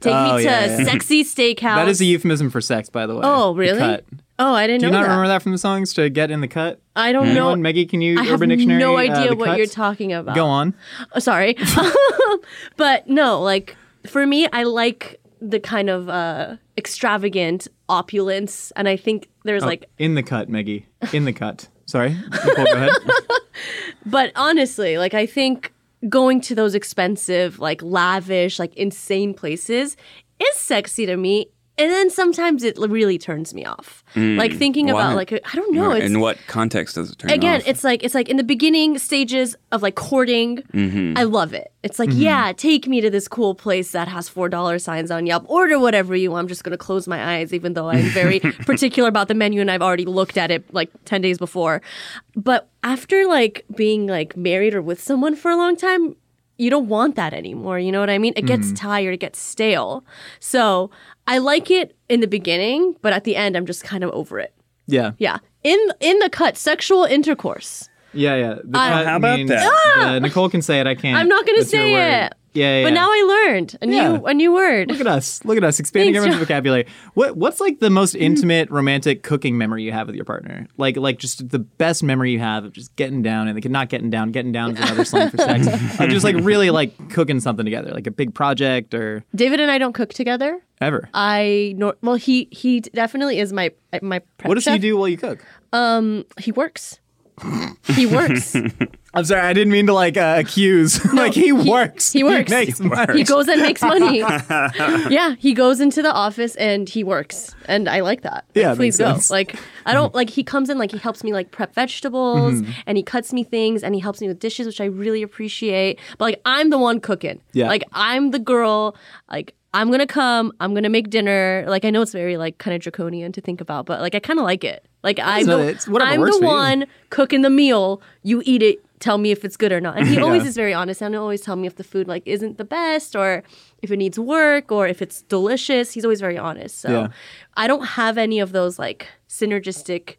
Speaker 2: Take
Speaker 5: Oh,
Speaker 2: me to
Speaker 5: yeah, yeah.
Speaker 2: sexy steakhouse.
Speaker 5: [LAUGHS] That is a euphemism for sex, by the way.
Speaker 2: Oh
Speaker 5: The
Speaker 2: really?
Speaker 5: cut.
Speaker 2: Oh, I didn't
Speaker 5: Do you
Speaker 2: know
Speaker 5: not
Speaker 2: that.
Speaker 5: remember that from the songs to get in the cut?
Speaker 2: I don't know.
Speaker 5: Anyone? Maggie, can you
Speaker 2: I have
Speaker 5: Urban Dictionary?
Speaker 2: no
Speaker 5: uh,
Speaker 2: idea
Speaker 5: the
Speaker 2: what you're
Speaker 5: cuts?
Speaker 2: talking about.
Speaker 5: Go on.
Speaker 2: Oh, sorry. [LAUGHS] but no, like for me, I like the kind of uh, extravagant opulence, and I think there's like.
Speaker 5: in the cut, Maggie. In the cut. Sorry. Nicole, go ahead.
Speaker 2: But honestly, like I think going to those expensive, like lavish, like insane places is sexy to me. And then sometimes it really turns me off. like thinking
Speaker 1: Hmm. why?
Speaker 2: about like I don't know. It's
Speaker 1: in what context does it turn
Speaker 2: again
Speaker 1: off?
Speaker 2: it's like it's like in the beginning stages of like courting i love it it's like yeah take me to this cool place that has four dollar signs on yelp order whatever you want i'm just going to close my eyes even though i'm very particular about the menu and i've already looked at it like 10 days before but after like being like married or with someone for a long time you don't want that anymore. You know what I mean? It gets tired, it gets stale. So I like it in the beginning, but at the end, I'm just kind of over it.
Speaker 5: Yeah.
Speaker 2: Yeah. In in the cut, sexual intercourse.
Speaker 5: Yeah, yeah. The
Speaker 2: I-
Speaker 5: cut
Speaker 1: How about
Speaker 5: means-
Speaker 1: that?
Speaker 5: the- Nicole can say it. I can't.
Speaker 2: Uh, I'm not gonna
Speaker 5: That's your
Speaker 2: say
Speaker 5: word.
Speaker 2: it.
Speaker 5: Yeah, yeah.
Speaker 2: But
Speaker 5: yeah.
Speaker 2: now I learned a new
Speaker 5: Yeah.
Speaker 2: a new word. [LAUGHS]
Speaker 5: Look at us. Look at us expanding
Speaker 2: Thanks,
Speaker 5: everyone's
Speaker 2: John. Mm.
Speaker 5: vocabulary. What what's like the most intimate romantic cooking memory you have with your partner? Like like just the best memory you have of just getting down and like, not getting down, getting down is another slang for
Speaker 2: [LAUGHS]
Speaker 5: sex. Like just like really like cooking something together, like a big project or
Speaker 2: David and I don't cook together.
Speaker 5: ever.
Speaker 2: Uh, I nor- well he he definitely is my my prep
Speaker 5: what does he
Speaker 2: chef.
Speaker 5: do while you cook?
Speaker 2: He works. he works.
Speaker 5: I'm sorry, I didn't mean to like uh, accuse. [LAUGHS] like he, works.
Speaker 2: he works.
Speaker 5: makes money.
Speaker 2: He goes and makes money. yeah, he goes into the office and he works, and I like that. Like,
Speaker 5: Yeah, it makes
Speaker 2: please go.
Speaker 5: sense.
Speaker 2: Like I don't like he comes in like he helps me like prep vegetables Hmm. and he cuts me things and he helps me with dishes, which I really appreciate. But like I'm the one cooking.
Speaker 5: Yeah.
Speaker 2: like I'm the girl. Like. I'm gonna come. I'm gonna make dinner. Like I know it's very like kind of draconian to think about, but like I kind of like it. Like I'm
Speaker 5: not-
Speaker 2: the,
Speaker 5: it's whatever
Speaker 2: I'm
Speaker 5: works
Speaker 2: the
Speaker 5: for you.
Speaker 2: Mm-hmm. one cooking the meal. You eat it. Tell me if it's good or not. And he
Speaker 5: [LAUGHS]
Speaker 2: always
Speaker 5: Yeah.
Speaker 2: is very honest and he'll always tell me if the food like isn't the best or if it needs work or if it's delicious. He's always very honest. So
Speaker 5: Yeah.
Speaker 2: I don't have any of those like synergistic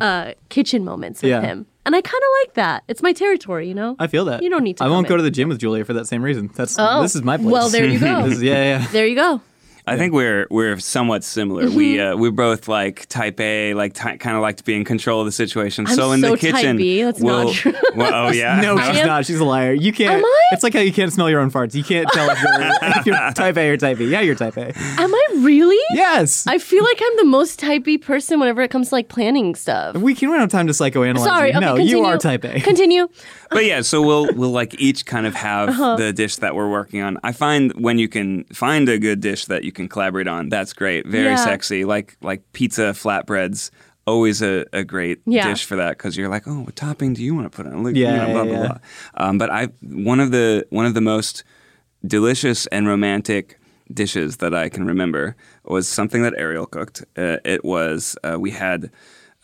Speaker 2: uh, kitchen moments with
Speaker 5: Mm-hmm. Yeah.
Speaker 2: him. And I kind of like that. It's my territory, you know.
Speaker 5: I feel that.
Speaker 2: You don't need to
Speaker 5: I won't
Speaker 2: comment.
Speaker 5: go to the gym with Julia for that same reason. That's
Speaker 2: Oh.
Speaker 5: this is my place.
Speaker 2: Well, there you
Speaker 5: [LAUGHS]
Speaker 2: go.
Speaker 5: This is- yeah, yeah.
Speaker 2: there you go.
Speaker 1: I think we're we're somewhat similar. We
Speaker 2: Mm-hmm.
Speaker 1: uh, we both like type A, like ty- kind of like to be in control of the situation.
Speaker 2: I'm
Speaker 1: so in
Speaker 2: so
Speaker 1: the
Speaker 2: type
Speaker 1: kitchen,
Speaker 2: B. That's
Speaker 1: we'll,
Speaker 2: not true.
Speaker 1: well,
Speaker 2: [LAUGHS]
Speaker 1: oh yeah,
Speaker 5: No, she's
Speaker 2: am-
Speaker 5: not. She's a liar. You can't.
Speaker 2: Am I?
Speaker 5: It's like how you can't smell your own farts. You can't tell if you're, if you're type A or type B. Yeah, you're type A.
Speaker 2: Am I really?
Speaker 5: Yes.
Speaker 2: I feel like I'm the most type B person whenever it comes to like planning stuff.
Speaker 5: we can. We don't have time to psychoanalyze.
Speaker 2: Sorry.
Speaker 5: you.
Speaker 2: Okay,
Speaker 5: no,
Speaker 2: continue.
Speaker 5: you are
Speaker 6: [LAUGHS]
Speaker 5: type A.
Speaker 2: Continue.
Speaker 1: but yeah. So we'll we'll like each kind of have
Speaker 2: Uh-huh.
Speaker 1: the dish that we're working on. I find when you can find a good dish that you can collaborate on, that's great. Very
Speaker 2: Yeah.
Speaker 1: sexy, like like pizza flatbreads. Always a, a great
Speaker 2: Yeah.
Speaker 1: dish for that because you're like, oh, what topping do you want to put on? Look,
Speaker 5: Yeah,
Speaker 1: you know, blah
Speaker 5: yeah,
Speaker 1: blah
Speaker 5: yeah.
Speaker 1: blah. Um, but I one of the one of the most delicious and romantic dishes that I can remember was something that Ariel cooked. Uh, it was uh, we had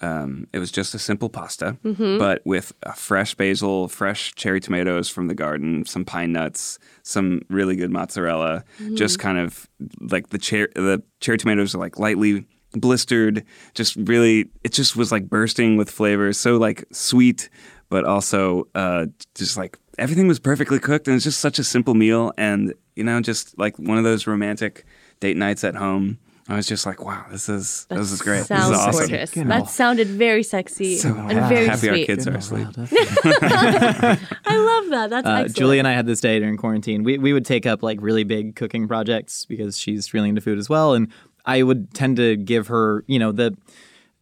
Speaker 1: um, it was just a simple pasta,
Speaker 6: Mm-hmm.
Speaker 1: but with uh, fresh basil, fresh cherry tomatoes from the garden, some pine nuts, some
Speaker 6: Mm-hmm.
Speaker 1: really good mozzarella. Just kind of like the cherry the cherry tomatoes are like lightly blistered, just really, it just was like bursting with flavors. So like sweet, but also uh, just like everything was perfectly cooked. And it's just such a simple meal. And, you know, just like one of those romantic date nights at home. I was just like, wow, this is this is great. This
Speaker 6: Sounds
Speaker 1: is awesome.
Speaker 6: gorgeous.
Speaker 5: Good
Speaker 6: That
Speaker 5: enough.
Speaker 6: sounded very sexy
Speaker 1: So
Speaker 6: and very
Speaker 1: happy
Speaker 6: sweet.
Speaker 1: our kids are asleep.
Speaker 2: [LAUGHS]
Speaker 6: I love that. That's
Speaker 5: Uh,
Speaker 6: excellent.
Speaker 5: Julie and I had this day during quarantine. We, we would take up like really big cooking projects because she's really into food as well. And I would tend to give her, you know, the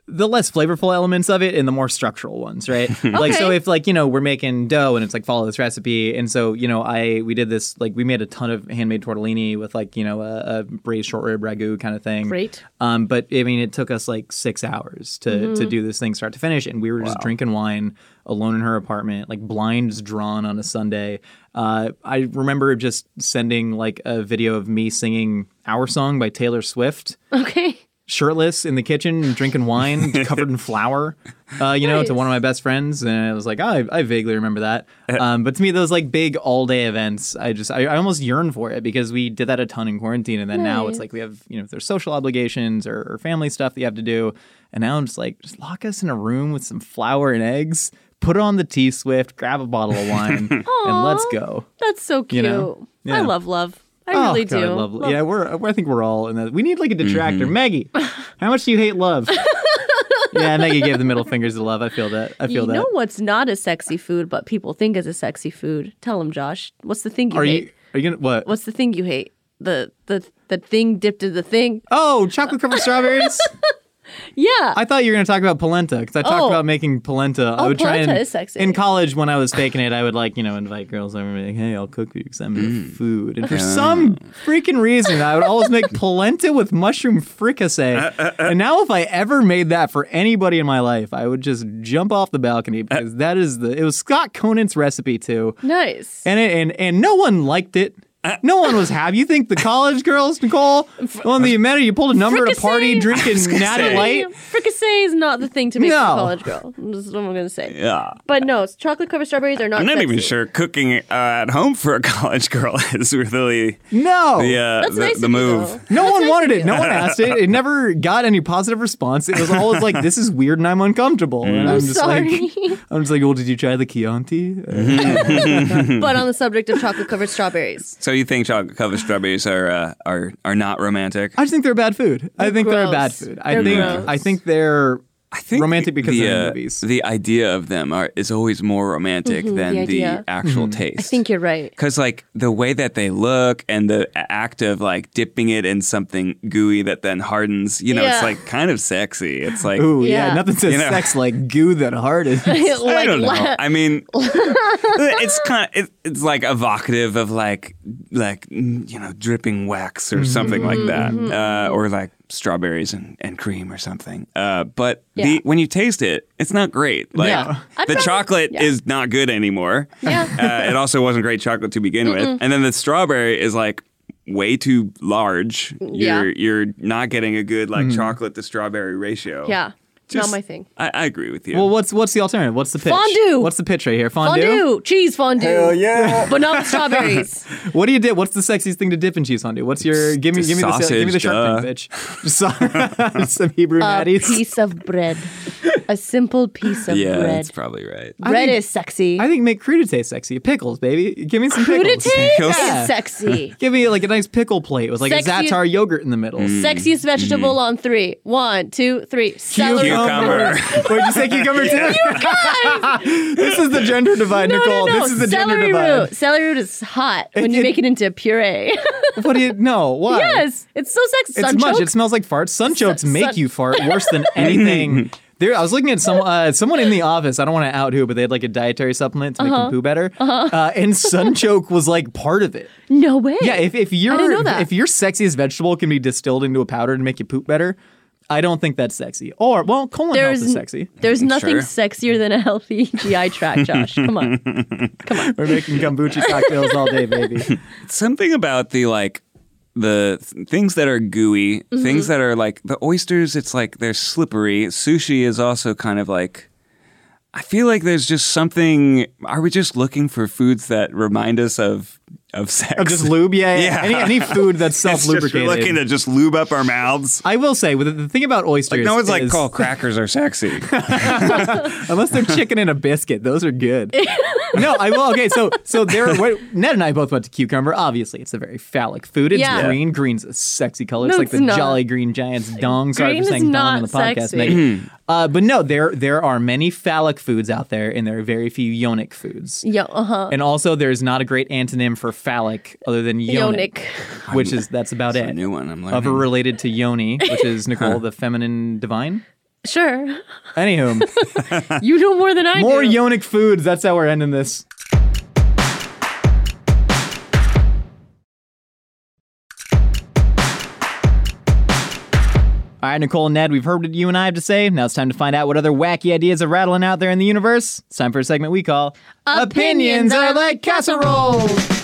Speaker 5: the less flavorful elements of it and the more structural ones, right? Like
Speaker 6: [LAUGHS]
Speaker 5: so
Speaker 6: Okay.
Speaker 5: if like, you know, we're making dough and it's like follow this recipe. And so, you know, I we did this like we made a ton of handmade tortellini with like, you know, a, a braised short rib ragu kind of thing.
Speaker 6: Great.
Speaker 5: Um, but I mean, it took us like six hours to to do this thing start to finish, and we were just drinking wine alone in her apartment, like blinds drawn on a Sunday. Uh, I remember just sending like a video of me singing our song by Taylor Swift,
Speaker 6: okay.
Speaker 5: shirtless in the kitchen, drinking wine covered in flour. Uh, you know, to one of my best friends, and I was like, oh, I, I vaguely remember that. Um, but to me, those like big all day events, I just I, I almost yearn for it because we did that a ton in quarantine, and then now it's like we have you know there's social obligations or, or family stuff that you have to do, and now I'm just like just lock us in a room with some flour and eggs, put on the T Swift, grab a bottle of wine, and let's go.
Speaker 6: That's so cute.
Speaker 5: know?
Speaker 6: I
Speaker 5: Yeah.
Speaker 6: love love. I
Speaker 5: Oh,
Speaker 6: really
Speaker 5: God,
Speaker 6: do.
Speaker 5: I love- yeah, we're. I think we're all in that. We need like a detractor. Maggie, how much do you
Speaker 6: [LAUGHS]
Speaker 5: hate love? yeah, Maggie gave the middle fingers to love. I feel that. I feel
Speaker 6: You
Speaker 5: that.
Speaker 6: know what's not a sexy food, but people think is a sexy food? Tell them, Josh. What's the thing you
Speaker 5: are
Speaker 6: hate?
Speaker 5: you? Are you gonna what?
Speaker 6: What's the thing you hate? The the the thing dipped in the thing.
Speaker 5: oh, chocolate covered
Speaker 6: [LAUGHS]
Speaker 5: strawberries.
Speaker 6: Yeah.
Speaker 5: I thought you were gonna talk about polenta because I talked
Speaker 6: Oh.
Speaker 5: about making polenta. I
Speaker 6: Oh,
Speaker 5: would try
Speaker 6: polenta
Speaker 5: and
Speaker 6: is sexy.
Speaker 5: in college when I was faking it, I would like you know invite girls over and be like, hey, I'll cook for you because I'm into food. And for some freaking reason, I would always make polenta with mushroom fricassee. and now, if I ever made that for anybody in my life, I would just jump off the balcony because that is the it was Scott Conant's recipe too.
Speaker 6: nice.
Speaker 5: And it, and and no one liked it. No one was happy. You think the college girls,
Speaker 6: [LAUGHS]
Speaker 5: Nicole, on the amount of you pulled a number at a party
Speaker 6: Fricassee.
Speaker 5: drinking natty
Speaker 1: say.
Speaker 5: light?
Speaker 6: Fricassee is not the thing to make for a
Speaker 5: No.
Speaker 6: college girl. That's what I'm gonna say.
Speaker 1: Yeah.
Speaker 6: But no, it's chocolate covered strawberries are not.
Speaker 1: I'm not even
Speaker 6: sexy.
Speaker 1: sure cooking uh, at home for a [LAUGHS] college girl is really
Speaker 5: No.
Speaker 1: the uh,
Speaker 6: That's
Speaker 1: the,
Speaker 6: nice
Speaker 1: the
Speaker 6: of you,
Speaker 1: move.
Speaker 6: though.
Speaker 5: No
Speaker 6: That's
Speaker 5: one
Speaker 6: nice
Speaker 5: wanted
Speaker 6: of
Speaker 5: it. No
Speaker 6: you.
Speaker 5: one asked it. It never got any positive response. It was always like, "This is weird and I'm uncomfortable."
Speaker 1: Mm.
Speaker 5: And I'm, just
Speaker 6: sorry.
Speaker 5: like, [LAUGHS] I'm just like, "Well, did you try the Chianti?" Uh,
Speaker 1: Mm-hmm.
Speaker 6: but on the subject of chocolate
Speaker 1: [LAUGHS]
Speaker 6: covered strawberries,
Speaker 1: So you think chocolate covered strawberries are uh, are are not romantic?
Speaker 5: I just think they're bad food. I think they're a bad
Speaker 6: gross.
Speaker 5: food. I
Speaker 6: They're
Speaker 5: think
Speaker 6: gross.
Speaker 5: I think they're
Speaker 1: I think
Speaker 5: romantic because
Speaker 1: the,
Speaker 5: they're in
Speaker 1: uh,
Speaker 5: movies.
Speaker 1: The idea of them are is always more romantic than
Speaker 6: Mm-hmm, the
Speaker 1: the,
Speaker 6: idea. Mm-hmm.
Speaker 1: actual taste.
Speaker 6: I think you're right.
Speaker 1: Because like the way that they look and the a- act of like dipping it in something gooey that then hardens, you know,
Speaker 6: Yeah.
Speaker 1: it's like kind of sexy.
Speaker 6: [LAUGHS]
Speaker 1: It's like
Speaker 5: Ooh, yeah.
Speaker 6: Yeah.
Speaker 5: nothing says
Speaker 1: You know.
Speaker 5: sex like goo
Speaker 6: [LAUGHS]
Speaker 5: that
Speaker 6: [LAUGHS]
Speaker 5: hardens.
Speaker 6: Like,
Speaker 1: I don't know.
Speaker 6: la-
Speaker 1: I
Speaker 6: [LAUGHS]
Speaker 1: mean, it's kind of it, it's like evocative of like like mm, you know dripping wax
Speaker 6: Mm-hmm.
Speaker 1: or something like that, uh, or like strawberries and, and cream or something. Uh, but
Speaker 6: Yeah.
Speaker 1: the when you taste it, it's not great. Like
Speaker 5: Yeah.
Speaker 6: I'd
Speaker 1: the
Speaker 6: rather-
Speaker 1: chocolate
Speaker 6: yeah.
Speaker 1: is not good anymore.
Speaker 6: Yeah.
Speaker 1: [LAUGHS] Uh, it also wasn't great chocolate to begin with, and then the strawberry is like way too large.
Speaker 6: Mm, Yeah.
Speaker 1: You're you're not getting a good like chocolate to strawberry ratio.
Speaker 6: yeah,
Speaker 1: Just-
Speaker 6: not my thing.
Speaker 1: I, I agree with you.
Speaker 5: well, what's what's the alternative? What's the pitch?
Speaker 6: Fondue.
Speaker 5: What's the pitch right here? Fondue.
Speaker 6: Fondue, cheese fondue.
Speaker 1: Hell yeah.
Speaker 6: but not strawberries.
Speaker 5: What do you dip? What's the sexiest thing to dip in cheese fondue? What's your give me
Speaker 1: Just
Speaker 5: give me the give me the
Speaker 1: sausage,
Speaker 5: shark thing, bitch? [LAUGHS] Sorry, [LAUGHS] some Hebrew
Speaker 6: a
Speaker 5: natties.
Speaker 6: piece of bread, a simple piece
Speaker 1: [LAUGHS]
Speaker 6: of
Speaker 1: yeah,
Speaker 6: bread.
Speaker 1: that's probably right.
Speaker 6: bread
Speaker 5: think-
Speaker 6: is sexy.
Speaker 5: I think make crudite sexy. Pickles, baby. Give me some pickles.
Speaker 6: Crudité
Speaker 1: Pickles.
Speaker 5: Yeah.
Speaker 6: is [LAUGHS] sexy.
Speaker 5: Give me like a nice pickle plate with like
Speaker 6: Sexy- Mm.
Speaker 5: a za'atar yogurt in the middle.
Speaker 6: Sexiest
Speaker 5: Hmm.
Speaker 6: vegetable on three. One, two, three. Celery.
Speaker 5: [LAUGHS]
Speaker 1: Cucumber.
Speaker 5: Wait, you say cucumber too? [LAUGHS] this is the gender divide,
Speaker 6: No, no,
Speaker 5: Nicole.
Speaker 6: no.
Speaker 5: This is the
Speaker 6: Celery
Speaker 5: gender divide.
Speaker 6: root. Celery root is hot when you
Speaker 5: it-
Speaker 6: make it into
Speaker 5: [LAUGHS]
Speaker 6: puree.
Speaker 5: What do you? No,
Speaker 6: [LAUGHS]
Speaker 5: why?
Speaker 6: yes, it's so sexy.
Speaker 5: It's
Speaker 6: Sunchoke?
Speaker 5: much. It smells like farts. Sunchokes
Speaker 6: Sun-
Speaker 5: make
Speaker 6: sun-
Speaker 5: you fart worse
Speaker 6: [LAUGHS]
Speaker 5: than anything. There, I was looking at some uh, someone in the office. I don't want to out who, but they had like a dietary supplement to make
Speaker 6: Uh-huh.
Speaker 5: them poo better, uh
Speaker 6: [LAUGHS]
Speaker 5: and sunchoke was like part of it.
Speaker 6: no way.
Speaker 5: Yeah, if, if your
Speaker 6: didn't know that.
Speaker 5: if your sexiest vegetable can be distilled into a powder to make you poop better, I don't think that's sexy. Or well, colon health is sexy.
Speaker 6: There's nothing
Speaker 1: Sure.
Speaker 6: sexier than a healthy GI tract, Josh. Come
Speaker 5: [LAUGHS]
Speaker 6: on.
Speaker 5: [LAUGHS] We're making kombucha cocktails all day, baby.
Speaker 1: Something about the like the th- things that are gooey,
Speaker 6: Mm-hmm.
Speaker 1: things that are like the oysters. It's like they're slippery. Sushi is also kind of like. I feel like there's just something. Are we just looking for foods that remind us of of sex.
Speaker 5: Of [LAUGHS]
Speaker 1: [LAUGHS]
Speaker 5: just lube, yeah, yeah.
Speaker 1: Yeah.
Speaker 5: Any, any food [LAUGHS] that's
Speaker 1: It's
Speaker 5: self
Speaker 1: just- we're looking
Speaker 5: lubricated.
Speaker 1: to just lube up our mouths.
Speaker 5: I will say, with the thing about oysters,
Speaker 1: Like no one's like,
Speaker 5: is-
Speaker 1: "Oh, crackers are
Speaker 5: [LAUGHS]
Speaker 1: sexy."
Speaker 6: [LAUGHS]
Speaker 5: Unless they're chicken and a biscuit, those are good. no, I will. Okay, so so there. Are, what, Ned and I both went to cucumber. Obviously, it's a very phallic food. It's
Speaker 6: Yeah.
Speaker 5: green. Green's a sexy color. It's
Speaker 6: No,
Speaker 5: like
Speaker 6: it's
Speaker 5: the
Speaker 6: not.
Speaker 5: Jolly Green Giant's dong. Sorry
Speaker 6: Green
Speaker 5: for
Speaker 6: is
Speaker 5: saying dong
Speaker 6: not
Speaker 5: on the podcast,
Speaker 6: sexy. Mm-hmm.
Speaker 5: Megan. uh, but no, there there are many phallic foods out there, and there are very few yonic foods.
Speaker 6: Yo, uh huh.
Speaker 5: And also, there's not a great antonym for phallic other than yonic, [LAUGHS] which is that's about
Speaker 1: a
Speaker 5: it.
Speaker 1: new one. I'm
Speaker 5: Of
Speaker 1: learning.
Speaker 5: a related to yoni, which is Nicole, the feminine divine.
Speaker 6: Sure. [LAUGHS]
Speaker 5: Anywho.
Speaker 6: You know more than I
Speaker 5: More
Speaker 6: do.
Speaker 5: yonic foods. That's how we're ending this. All right, Nicole and Ned, we've heard what you and I have to say. Now it's time to find out what other wacky ideas are rattling out there in the universe. It's time for a segment we call
Speaker 6: Opinions Are Like
Speaker 5: Casseroles.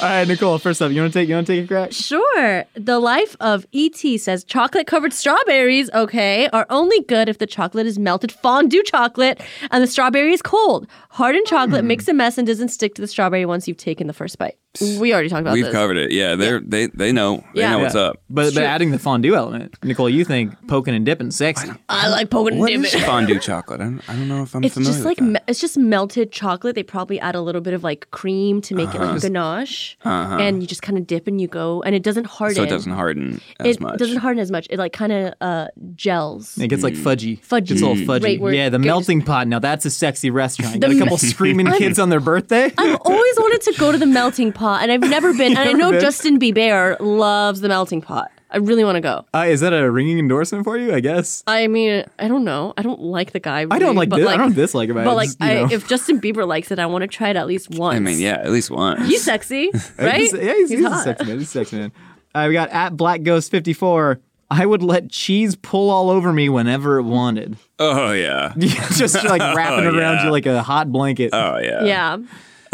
Speaker 5: All right, Nicole. First up, you want to take you want to take a crack?
Speaker 6: Sure. The life of E.T. says chocolate covered strawberries, okay, are only good if the chocolate is melted fondue chocolate and the strawberry is cold. Hardened
Speaker 1: Hmm.
Speaker 6: chocolate makes a mess and doesn't stick to the strawberry once you've taken the first bite. We already talked about
Speaker 1: We've
Speaker 6: this.
Speaker 1: covered it. Yeah, they're they they know they
Speaker 6: Yeah.
Speaker 1: know what's
Speaker 5: Yeah.
Speaker 1: up.
Speaker 5: But but
Speaker 6: true.
Speaker 5: adding the fondue element, Nicole, you think poking and dipping sexy?
Speaker 6: I like poking
Speaker 1: What
Speaker 6: dip
Speaker 1: is
Speaker 6: [LAUGHS] it.
Speaker 1: fondue chocolate? I don't, I don't know if I'm
Speaker 6: It's
Speaker 1: familiar.
Speaker 6: just
Speaker 1: with
Speaker 6: like
Speaker 1: that.
Speaker 6: me- it's just melted chocolate. They probably add a little bit of like cream to make
Speaker 1: Uh-huh.
Speaker 6: it like ganache, and you just kind of dip and you go, and it doesn't harden.
Speaker 1: so it doesn't harden as
Speaker 6: It
Speaker 1: much.
Speaker 6: doesn't harden as much. It like kind of uh, gels.
Speaker 5: It gets like
Speaker 1: Mm.
Speaker 5: fudgy.
Speaker 6: Fudgy.
Speaker 5: It's a little
Speaker 6: Mm.
Speaker 5: fudgy.
Speaker 6: Great word.
Speaker 5: Yeah, the
Speaker 6: Good.
Speaker 5: melting pot. Now that's a sexy restaurant. Got a
Speaker 6: The [LAUGHS]
Speaker 5: couple screaming kids on their birthday.
Speaker 6: I've always wanted to go to the melting pot, and I've never
Speaker 5: [LAUGHS]
Speaker 6: been. and I
Speaker 5: never
Speaker 6: know
Speaker 5: been?
Speaker 6: Justin Bieber loves the melting pot. I really want to go.
Speaker 5: Uh, is that a ringing endorsement for you? I guess.
Speaker 6: I mean, I don't know. I don't like the guy. Really,
Speaker 5: I don't like
Speaker 6: but
Speaker 5: this. I don't dislike him. I
Speaker 6: But like,
Speaker 5: just, you
Speaker 6: I,
Speaker 5: know.
Speaker 6: if Justin Bieber likes it, I want to try it at least once.
Speaker 1: I mean, yeah, at least once.
Speaker 6: he's
Speaker 5: [LAUGHS]
Speaker 6: sexy, right?
Speaker 5: He's- yeah, he's, he's a
Speaker 6: hot.
Speaker 5: sexy man. He's a sexy man. Uh, we got at Black Ghost fifty four. I would let cheese pull all over me whenever it wanted. [LAUGHS]
Speaker 1: oh yeah.
Speaker 5: just
Speaker 1: [LAUGHS]
Speaker 5: like wrapping
Speaker 1: Oh,
Speaker 5: around
Speaker 1: yeah.
Speaker 5: you like a hot blanket.
Speaker 1: Oh yeah.
Speaker 6: Yeah.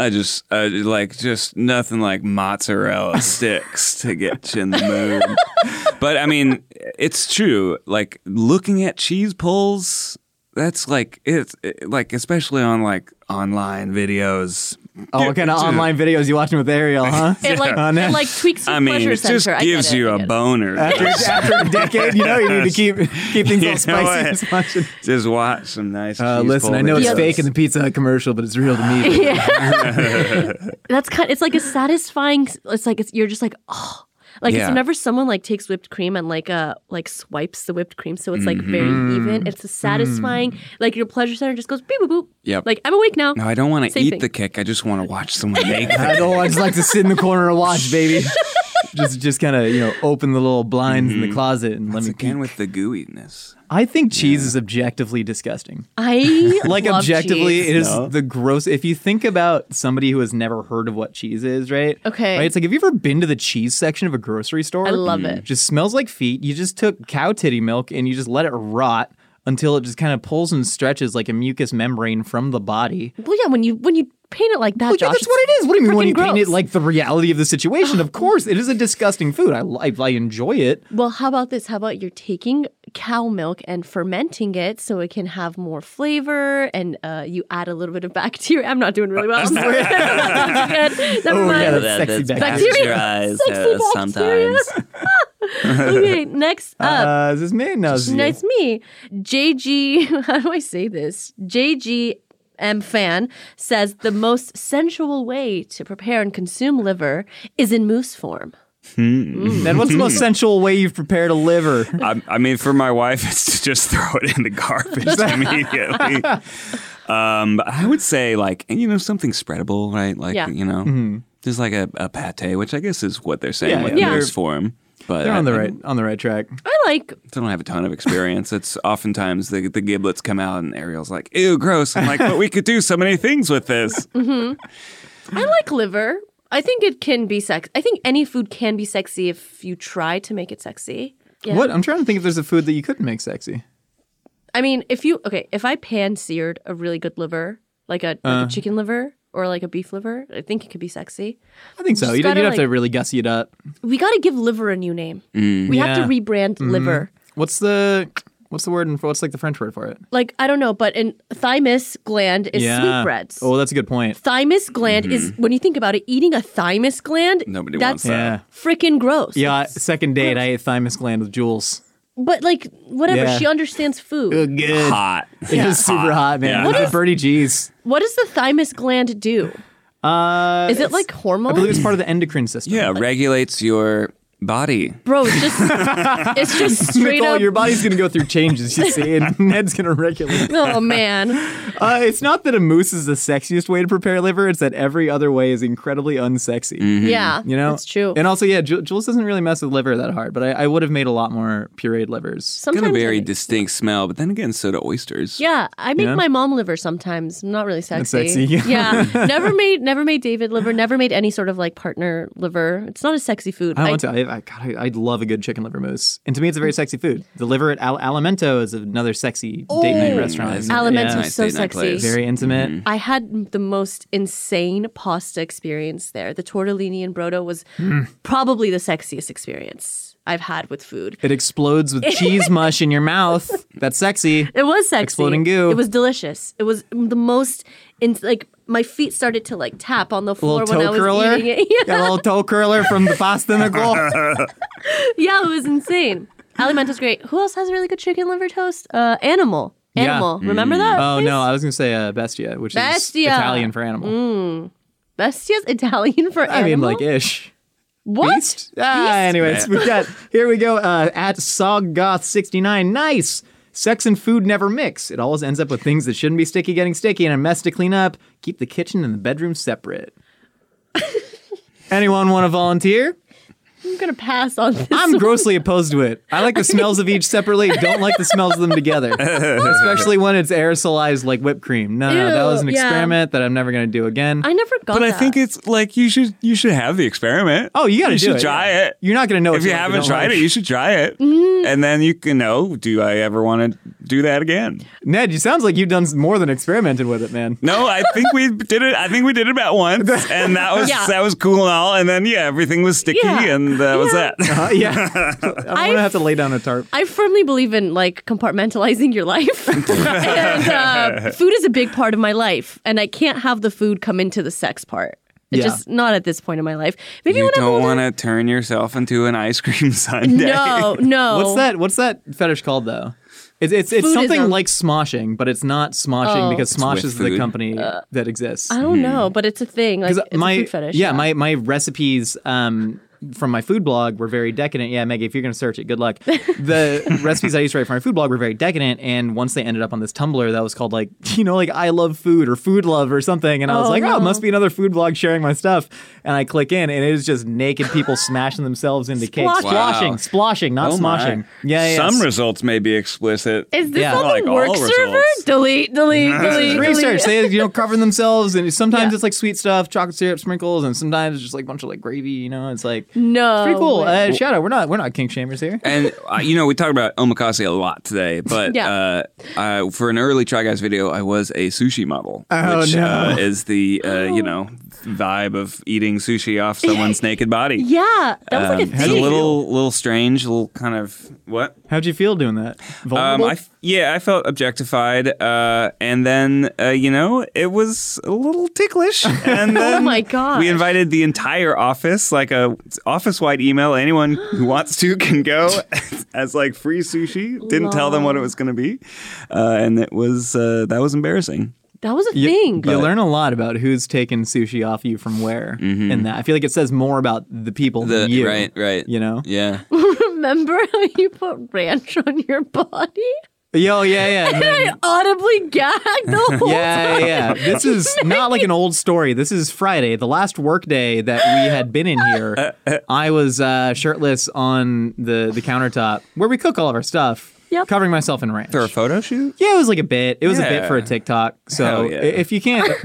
Speaker 1: I just I like just nothing like
Speaker 6: [LAUGHS]
Speaker 1: mozzarella sticks to get you in the mood. but I mean, it's true. Like looking at cheese pulls, that's like it's it, like especially on like online videos.
Speaker 5: oh,
Speaker 1: [LAUGHS]
Speaker 5: what kind of online videos you watching with Ariel, huh?
Speaker 6: It like
Speaker 5: Oh, no.
Speaker 6: it like tweaks your
Speaker 1: I mean,
Speaker 6: pleasure
Speaker 1: it just
Speaker 6: sensor. I get
Speaker 1: gives
Speaker 6: it,
Speaker 1: you
Speaker 6: I
Speaker 1: a
Speaker 6: get it.
Speaker 1: boner.
Speaker 5: after, after a decade, you know, you need to keep keep things
Speaker 1: [LAUGHS]
Speaker 5: all
Speaker 1: You know what?
Speaker 5: spicy. Just watching.
Speaker 1: Just watch some nice.
Speaker 5: Uh,
Speaker 1: cheese
Speaker 5: listen,
Speaker 1: pull
Speaker 5: I know it's
Speaker 1: videos.
Speaker 5: fake in the Pizza Hut commercial, but it's real
Speaker 1: [LAUGHS]
Speaker 5: to me.
Speaker 6: That's kind. It's like a satisfying. It's like it's, you're just like oh, like it's
Speaker 1: Yeah.
Speaker 6: whenever someone like takes whipped cream and like uh like swipes the whipped cream, so it's like
Speaker 5: Mm-hmm.
Speaker 6: very even. It's a satisfying.
Speaker 5: Mm.
Speaker 6: Like your pleasure center just goes beep boop boop.
Speaker 1: Yep.
Speaker 6: Like I'm awake
Speaker 5: [LAUGHS]
Speaker 6: now.
Speaker 1: No, I don't want to
Speaker 6: Same
Speaker 1: eat
Speaker 6: thing.
Speaker 1: the cake. I just want to watch
Speaker 6: [LAUGHS]
Speaker 1: someone make
Speaker 5: I
Speaker 1: it.
Speaker 5: don't. I just like to sit in the corner and
Speaker 1: [LAUGHS]
Speaker 5: watch, baby. just, just kind of you know, open the little blinds
Speaker 1: Mm-hmm.
Speaker 5: in the closet and let me.
Speaker 1: Again
Speaker 5: peek.
Speaker 1: with the gooiness.
Speaker 5: I think cheese is objectively disgusting.
Speaker 6: I
Speaker 5: [LAUGHS] Like
Speaker 6: love
Speaker 5: objectively,
Speaker 6: cheese.
Speaker 5: it is the gross. If you think about somebody who has never heard of what cheese is, right?
Speaker 6: Okay.
Speaker 5: Right. It's like have you ever been to the cheese section of a grocery store?
Speaker 6: I love it.
Speaker 5: Just smells like feet. You just took cow titty milk and you just let it rot until it just kind of pulls and stretches like a mucus membrane from the body.
Speaker 6: Well, yeah. When you when you paint it like that,
Speaker 5: Well, yeah,
Speaker 6: Josh,
Speaker 5: that's what it is. What do you mean when
Speaker 6: freaking
Speaker 5: you paint it
Speaker 6: gross.
Speaker 5: like the reality of the situation?
Speaker 6: [SIGHS]
Speaker 5: Of course, it is a disgusting food. I, I, I enjoy it.
Speaker 6: Well, how about this? How about you're taking cow milk and fermenting it so it can have more flavor, and uh, you add a little bit of [LAUGHS] bacteria. I'm not doing really well. I'm sorry. [LAUGHS] That's
Speaker 5: [LAUGHS]
Speaker 6: good. Never mind.
Speaker 5: Oh, yeah, that's sexy back.
Speaker 6: Bacteria. pasteurized, Sexy uh, bacteria. sometimes.
Speaker 1: [LAUGHS]
Speaker 6: okay, next up.
Speaker 5: Uh, is this me? No, it's you.
Speaker 6: Nice me. JG, [LAUGHS] how do I say this? JG M fan says the most sensual way to prepare and consume liver is in moose form. Mm.
Speaker 5: Then what's the most sensual way you've prepared a liver?
Speaker 6: [LAUGHS]
Speaker 1: I, I mean, for my wife, it's to just throw it in the garbage
Speaker 5: [LAUGHS]
Speaker 1: immediately. Um, but I would say, like, and you know, something spreadable, right? Like,
Speaker 6: Yeah.
Speaker 1: you know, just like a, a pate, which I guess is what they're
Speaker 5: Mm-hmm. Yeah,
Speaker 1: saying with
Speaker 6: yeah.
Speaker 1: yeah.
Speaker 5: They're-
Speaker 1: form. But
Speaker 5: They're
Speaker 1: I,
Speaker 5: on the
Speaker 1: I
Speaker 5: right on the right track.
Speaker 6: I like
Speaker 1: don't have a ton of experience. It's oftentimes the, the giblets come out, and Ariel's like, ew, gross. I'm like, but we could do so many things with this.
Speaker 6: I like liver. I think it can be sex. I think any food can be sexy if you try to make it sexy. Yeah.
Speaker 5: What? I'm trying to think if there's a food that you couldn't make sexy.
Speaker 6: I mean, if you okay, if I pan seared a really good liver, like a, like a chicken liver or like a beef liver, I think it could be sexy.
Speaker 5: I think so.
Speaker 6: Just
Speaker 5: You don't, you
Speaker 6: gotta,
Speaker 5: don't have to
Speaker 6: like-
Speaker 5: really gussy it up.
Speaker 6: We got to give liver a new name. we have to
Speaker 5: Yeah.
Speaker 6: rebrand liver.
Speaker 5: What's the What's the word? And what's like the French word for it?
Speaker 2: Like I don't know, but in thymus gland is sweetbreads.
Speaker 5: Oh, Mm-hmm. that's a good point.
Speaker 2: Thymus gland is when you think about it, eating a thymus gland.
Speaker 1: Nobody
Speaker 2: that's
Speaker 1: wants
Speaker 5: Yeah.
Speaker 1: that.
Speaker 2: Freaking gross.
Speaker 5: Yeah, I- second date, I ate thymus gland with Jules.
Speaker 2: But like whatever,
Speaker 5: Yeah. Uh,
Speaker 2: she understands food.
Speaker 5: Good.
Speaker 1: Hot.
Speaker 5: [LAUGHS] It was super hot, man.
Speaker 1: Yeah.
Speaker 5: What
Speaker 1: What
Speaker 5: is Birdie G's?
Speaker 2: What does the thymus gland do?
Speaker 5: Uh,
Speaker 2: Is it like
Speaker 5: I believe
Speaker 2: hormones?
Speaker 5: it's part of the endocrine system.
Speaker 1: Yeah, regulates your body.
Speaker 2: Bro,
Speaker 5: [LAUGHS]
Speaker 2: it's just it's just straight
Speaker 5: Nicole,
Speaker 2: up.
Speaker 5: your body's gonna go through changes, you see, [LAUGHS] and Ned's gonna regulate.
Speaker 2: [LAUGHS] oh man.
Speaker 5: Uh, it's not that a moose is the sexiest way to prepare liver; it's that every other way is incredibly unsexy.
Speaker 2: Yeah,
Speaker 5: You know,
Speaker 2: that's true.
Speaker 5: And also, yeah, Ju- Jules doesn't really mess with liver that hard, but I, I would have made a lot more pureed livers.
Speaker 1: Got a
Speaker 2: sometimes
Speaker 1: very
Speaker 2: I-
Speaker 1: distinct smell, but then again, so do oysters.
Speaker 2: yeah, I make
Speaker 5: Yeah.
Speaker 2: my mom liver sometimes. I'm not
Speaker 5: [LAUGHS]
Speaker 2: really sexy.
Speaker 5: sexy.
Speaker 2: yeah, never made never made David liver. Never made any sort of like partner liver. It's not a sexy food.
Speaker 5: I want to. I, I, God, I, I'd love a good chicken liver mousse, and to me, it's a
Speaker 2: Mm.
Speaker 5: very sexy food. The liver at Al- Alimento is another sexy date night
Speaker 1: Mm,
Speaker 5: restaurant.
Speaker 1: that's
Speaker 2: Alimento's
Speaker 1: nice
Speaker 2: so
Speaker 1: date night
Speaker 2: sexy.
Speaker 1: place.
Speaker 5: very intimate.
Speaker 2: I had the most insane pasta experience there. The tortellini and brodo was
Speaker 5: Hmm.
Speaker 2: probably the sexiest experience I've had with food.
Speaker 5: It explodes with
Speaker 2: [LAUGHS]
Speaker 5: cheese mush in your mouth. That's sexy.
Speaker 2: It was sexy.
Speaker 5: Exploding goo.
Speaker 2: It was delicious. It was the most. In, like my feet started to like tap on the floor
Speaker 5: little
Speaker 2: when
Speaker 5: toe
Speaker 2: I was
Speaker 5: curler.
Speaker 2: eating [LAUGHS] it. Yeah.
Speaker 5: Got a little toe curler from the pasta Nicole.
Speaker 2: Yeah, it was insane. Alimento's great. Who else has a really good chicken liver toast? Uh, Animal.
Speaker 5: Yeah.
Speaker 2: Animal. Remember that?
Speaker 5: Oh
Speaker 2: place?
Speaker 5: no, I was gonna say uh, bestia, which
Speaker 2: Bestia.
Speaker 5: is Italian for animal.
Speaker 2: Bestia's Italian
Speaker 5: [LAUGHS]
Speaker 2: for
Speaker 5: I mean,
Speaker 2: animal.
Speaker 5: like ish.
Speaker 2: what?
Speaker 5: Beast? Ah, anyways, we got here we go uh, at Soggoth69. Nice. Sex and food never mix. It always ends up with things that shouldn't be sticky getting sticky and a mess to clean up. Keep the kitchen and the bedroom
Speaker 2: [LAUGHS]
Speaker 5: separate. Anyone want to volunteer?
Speaker 2: I'm gonna pass on this.
Speaker 5: I'm grossly opposed to it. I like the smells of each separately. Don't like the smells of
Speaker 1: [LAUGHS]
Speaker 5: them together, especially when it's aerosolized like whipped cream. No, no, that
Speaker 2: Ew,
Speaker 5: was an
Speaker 2: yeah.
Speaker 5: experiment that I'm never gonna do again.
Speaker 2: [LAUGHS] I never got
Speaker 1: But I
Speaker 2: that.
Speaker 1: think it's like you should you should have the experiment.
Speaker 5: oh, you gotta do
Speaker 1: should
Speaker 5: it.
Speaker 1: try it.
Speaker 5: You're not gonna know
Speaker 1: if you
Speaker 5: like or
Speaker 1: haven't
Speaker 5: don't
Speaker 1: tried
Speaker 5: like. Mm.
Speaker 1: it, you should try it, and then you can know: Do I ever want to do that again?
Speaker 5: Ned, you sounds like you've done more than experimented with
Speaker 1: [LAUGHS]
Speaker 5: it, man.
Speaker 1: No, I think we did it. I think we did it about
Speaker 5: [LAUGHS]
Speaker 1: once, and that was
Speaker 2: Yeah.
Speaker 1: that was cool and all. And then yeah, everything was sticky,
Speaker 2: Yeah.
Speaker 1: and that was that.
Speaker 5: Uh,
Speaker 1: [LAUGHS]
Speaker 5: yeah, I'm gonna have to lay down a tarp.
Speaker 2: I firmly believe in like compartmentalizing your life, [LAUGHS] and uh, food is a big part of my life, and I can't have the food come into the sex part. It's
Speaker 5: Yeah.
Speaker 2: just not at this point in my life. Maybe
Speaker 1: You
Speaker 2: when I'm
Speaker 1: don't
Speaker 2: older.
Speaker 1: want to turn yourself into an ice cream [LAUGHS] sundae.
Speaker 2: no, no.
Speaker 5: What's that? What's that fetish called though? It's it's, it's something
Speaker 2: Oh. Foodism.
Speaker 5: like smoshing, but it's not smoshing
Speaker 2: Oh. Uh,
Speaker 5: because Smosh
Speaker 1: with
Speaker 5: is the
Speaker 1: food.
Speaker 5: company that exists.
Speaker 2: I don't know, but it's a thing. Like
Speaker 5: Because
Speaker 2: it's
Speaker 5: my
Speaker 2: a food fetish.
Speaker 5: Yeah, my my recipes um, from my food blog were very decadent. Yeah, Maggie, if you're gonna search it, good luck.
Speaker 2: [LAUGHS]
Speaker 5: The recipes I used to write for my food blog were very decadent, and once they ended up on this Tumblr that was called like [LAUGHS] you know like I love food or food love or something, and I was
Speaker 2: Oh,
Speaker 5: like, oh, it
Speaker 2: no.
Speaker 5: must be another food blog sharing my stuff, and I click in, and it is just naked people smashing themselves into cakes,
Speaker 2: Splashing.
Speaker 1: Wow.
Speaker 5: splashing, splashing, not
Speaker 1: Oh my.
Speaker 5: smoshing. Yeah, yeah.
Speaker 1: Some
Speaker 5: it's-
Speaker 1: results may be explicit.
Speaker 2: Is this
Speaker 5: Yeah.
Speaker 2: on
Speaker 1: Like
Speaker 2: the
Speaker 1: all
Speaker 2: work
Speaker 1: results.
Speaker 2: server? Delete, delete, delete. delete.
Speaker 5: research. They you know cover themselves, and sometimes
Speaker 2: Yeah.
Speaker 5: it's like sweet stuff, chocolate syrup sprinkles, and sometimes it's just like a bunch of like gravy. You know, it's like
Speaker 2: No.
Speaker 5: it's
Speaker 6: Oh
Speaker 5: pretty cool.
Speaker 2: way.
Speaker 5: Uh, shout out, we're not we're not king shamers here.
Speaker 1: and uh, you know we talked about omakase a lot today, but
Speaker 2: Yeah.
Speaker 1: uh, uh, for an early Try Guys video, I was a sushi model,
Speaker 5: Oh,
Speaker 1: which
Speaker 5: no.
Speaker 1: uh, is the uh,
Speaker 2: Oh.
Speaker 1: you know vibe of eating sushi off
Speaker 2: [LAUGHS]
Speaker 1: someone's naked body.
Speaker 2: yeah, that was like a
Speaker 1: Um, it's a
Speaker 2: thing.
Speaker 1: little, little strange, a little kind of what?
Speaker 5: How'd you feel doing that?
Speaker 1: Um,
Speaker 5: Vulnerable.
Speaker 1: I f- yeah, I felt objectified, uh, and then uh, you know it was a little
Speaker 5: [LAUGHS]
Speaker 1: ticklish. And
Speaker 5: Oh
Speaker 1: then
Speaker 2: my gosh.
Speaker 1: we invited the entire office, like a office-wide email. Anyone
Speaker 5: [GASPS]
Speaker 1: who wants to can go [LAUGHS] as like free sushi. Didn't tell them what it was going to be, uh, and it was uh, that was embarrassing.
Speaker 2: that was a
Speaker 5: you,
Speaker 2: thing.
Speaker 5: you learn a lot about who's taking sushi off you from where, and that I feel like it says more about the people than you.
Speaker 1: Mm-hmm. right,
Speaker 5: You know.
Speaker 1: yeah.
Speaker 2: Remember how you put ranch on your body?
Speaker 5: Yo, yeah, yeah.
Speaker 1: [LAUGHS]
Speaker 5: and then-
Speaker 2: I audibly gagged
Speaker 5: [LAUGHS]
Speaker 2: the whole
Speaker 5: Yeah, yeah, yeah.
Speaker 1: [LAUGHS]
Speaker 5: This is not like an old story. This is Friday, the last workday that we had been in
Speaker 1: [LAUGHS]
Speaker 5: here. I was uh, shirtless on the the countertop where we cook all of our stuff,
Speaker 2: Yep.
Speaker 5: covering myself in ranch.
Speaker 1: For a photo shoot,
Speaker 5: Yeah, it was like a bit. It was a bit
Speaker 1: Yeah.
Speaker 5: for a TikTok. So
Speaker 1: Hell yeah.
Speaker 5: i- if you can't, [LAUGHS]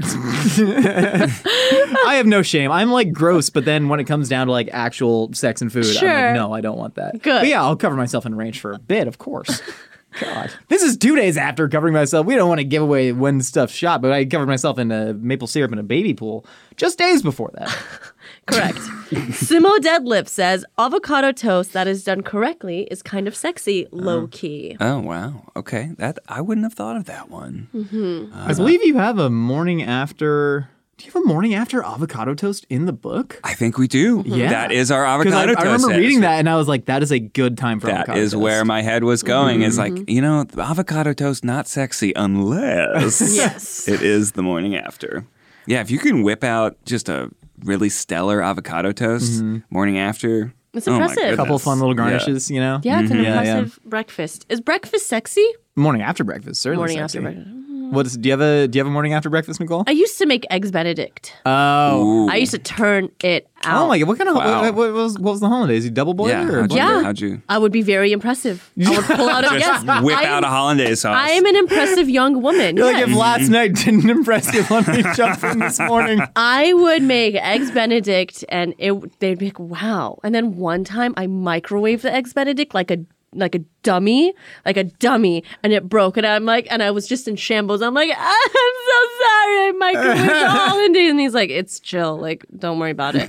Speaker 5: I have no shame. I'm like gross, but then when it comes down to like actual sex and food, I'm
Speaker 2: Sure.
Speaker 5: like, no, I don't want that.
Speaker 2: Good.
Speaker 5: But yeah, I'll cover myself in range for a bit, of course. [LAUGHS] God. This is two days after covering myself. We don't want to give away when stuff's shot, but I covered myself in a maple syrup in a baby pool just days before that.
Speaker 1: Uh-huh.
Speaker 6: Correct. Simo Deadlift says avocado toast that is done correctly is kind of sexy, low key.
Speaker 1: Oh wow. Okay. That I wouldn't have thought of that one.
Speaker 5: Hmm. I believe you have a morning after. Do you have a morning after avocado toast in the book?
Speaker 1: I think we do.
Speaker 5: Mm-hmm. Yeah.
Speaker 1: That is our avocado
Speaker 5: I, I
Speaker 1: toast.
Speaker 5: remember
Speaker 1: ad.
Speaker 5: reading that and I was like, that is a good time for
Speaker 1: That
Speaker 5: avocado
Speaker 1: is
Speaker 5: toast.
Speaker 1: where my head was going. Is
Speaker 6: Mm-hmm.
Speaker 1: like you know, the avocado toast not sexy unless
Speaker 6: [LAUGHS] Yes.
Speaker 1: it is the morning after. Yeah, if you can whip out just a really stellar avocado toast morning after,
Speaker 6: It's
Speaker 1: oh my
Speaker 6: impressive.
Speaker 1: goodness.
Speaker 5: Mm-hmm. couple fun little
Speaker 1: Yeah.
Speaker 5: garnishes, you know?
Speaker 6: Yeah, it's an
Speaker 5: Mhm. Yeah, yeah.
Speaker 6: impressive breakfast. Is breakfast sexy?
Speaker 5: Morning after breakfast, certainly.
Speaker 6: Morning
Speaker 5: sexy.
Speaker 6: after breakfast.
Speaker 5: What is, do you have a do you have a morning after breakfast, Nicole?
Speaker 6: I used to make eggs Benedict.
Speaker 5: Oh,
Speaker 1: Ooh.
Speaker 6: I used to turn it out.
Speaker 5: oh my god! What kind of
Speaker 1: Wow.
Speaker 5: what, what was what was the holidays? You double boiler?
Speaker 1: yeah.
Speaker 5: or
Speaker 1: How'd you,
Speaker 6: Yeah.
Speaker 1: how'd you
Speaker 6: I would be very impressive. I would pull
Speaker 5: [LAUGHS]
Speaker 6: out a yes.
Speaker 1: just whip
Speaker 6: I'm,
Speaker 1: out a hollandaise sauce?
Speaker 6: I am an impressive young woman.
Speaker 5: You're
Speaker 6: Yes.
Speaker 5: like if last night didn't impress you, let me jump in
Speaker 6: [LAUGHS]
Speaker 5: this morning.
Speaker 6: I would make eggs Benedict, and it they'd be like, "Wow!" And then one time, I microwaved the eggs Benedict like a like a dummy, like a dummy, and it broke. And I'm like, and I was just in shambles. I'm like, [LAUGHS] "Ah, I'm so sorry, I microwaved the
Speaker 5: [LAUGHS]
Speaker 6: hollandaise. And he's like, "It's chill, like don't worry about it."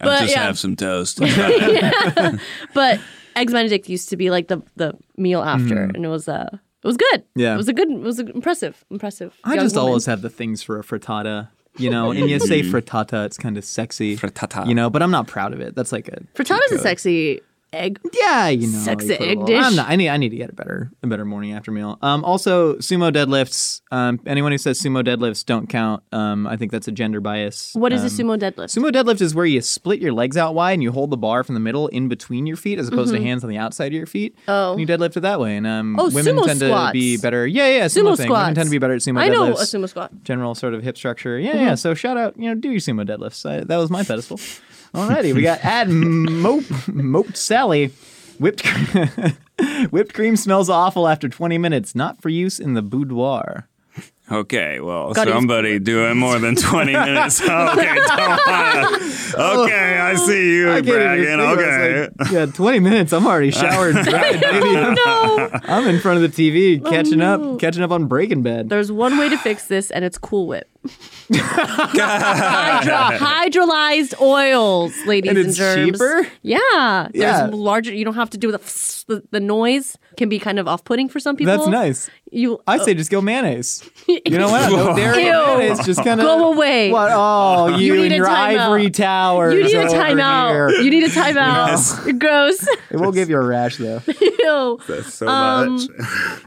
Speaker 6: but
Speaker 1: just
Speaker 6: yeah,
Speaker 1: have some
Speaker 6: [LAUGHS]
Speaker 1: toast.
Speaker 6: but eggs Benedict used to be like the the meal after, and it was uh it was good.
Speaker 5: Mm. Yeah.
Speaker 6: it was a good, it was a- impressive, impressive.
Speaker 5: I
Speaker 6: young
Speaker 5: just
Speaker 6: woman.
Speaker 5: always have the things for a frittata, you know. And you say frittata, it's kind of sexy,
Speaker 1: Mm-hmm. Frittata.
Speaker 5: you know. But I'm not proud of it. That's like a
Speaker 6: frittata's a sexy egg.
Speaker 5: yeah, you know,
Speaker 6: Sexy
Speaker 5: you put a
Speaker 6: egg
Speaker 5: little-
Speaker 6: dish.
Speaker 5: I'm not, I need I need to get a better a better morning after meal. Um, also sumo deadlifts. Um, anyone who says sumo deadlifts don't count. Um, I think that's a gender bias.
Speaker 6: What is
Speaker 5: um,
Speaker 6: a sumo deadlift?
Speaker 5: Sumo deadlift is where you split your legs out wide and you hold the bar from the middle in between your feet as opposed to hands on the outside of your feet.
Speaker 6: Mm-hmm. Oh.
Speaker 5: And you deadlift it that way. And um,
Speaker 6: Oh,
Speaker 5: women
Speaker 6: sumo
Speaker 5: tend
Speaker 6: squats.
Speaker 5: to be better. Yeah, yeah, sumo,
Speaker 6: sumo
Speaker 5: thing.
Speaker 6: squats.
Speaker 5: Women tend to be better at sumo
Speaker 6: I
Speaker 5: deadlifts.
Speaker 6: know a sumo squat.
Speaker 5: General sort of hip structure. Yeah, yeah. So shout out, you know, do your sumo deadlifts. I, that was my pedestal. Alrighty, we got Ad Mope, Mope Sally. Whipped, cre- [LAUGHS] whipped cream smells awful after 20 minutes. Not for use in the boudoir.
Speaker 1: Okay, well,
Speaker 6: God, he's-
Speaker 1: somebody doing more than
Speaker 6: [LAUGHS]
Speaker 1: 20 minutes. Okay, don't wanna- Okay, I see you
Speaker 5: I can't
Speaker 1: bragging.
Speaker 5: even think about it.
Speaker 1: Okay.
Speaker 5: It's like, yeah, 20 minutes. I'm already showered. [LAUGHS] and dried, baby.
Speaker 6: Oh,
Speaker 5: [LAUGHS]
Speaker 6: no.
Speaker 5: I'm in front of the TV, catching up, catching up on Breaking Bad.
Speaker 6: There's one way to [GASPS] fix this, and it's Cool [LAUGHS] Whip. Hydra- hydrolyzed oils, ladies and,
Speaker 5: And it's
Speaker 6: germs.
Speaker 5: cheaper?
Speaker 6: Yeah.
Speaker 5: Yeah.
Speaker 6: There's larger. You don't have to do the, the the noise can be kind of off-putting for some people.
Speaker 5: That's nice.
Speaker 6: You
Speaker 5: I say just go mayonnaise. You know what? No dairy,
Speaker 6: Ew.
Speaker 5: no mayonnaise. Just kind of
Speaker 6: Go away.
Speaker 5: What? Oh,
Speaker 6: [LAUGHS]
Speaker 5: you,
Speaker 6: need
Speaker 5: and
Speaker 6: a
Speaker 5: your
Speaker 6: timeout.
Speaker 5: ivory tower.
Speaker 6: you need a timeout. [LAUGHS] You
Speaker 5: [LAUGHS]
Speaker 6: need a timeout. You're Gross. [LAUGHS]
Speaker 5: It will give you a rash though.
Speaker 6: Ew.
Speaker 5: [LAUGHS]
Speaker 1: So
Speaker 6: Um,
Speaker 1: much.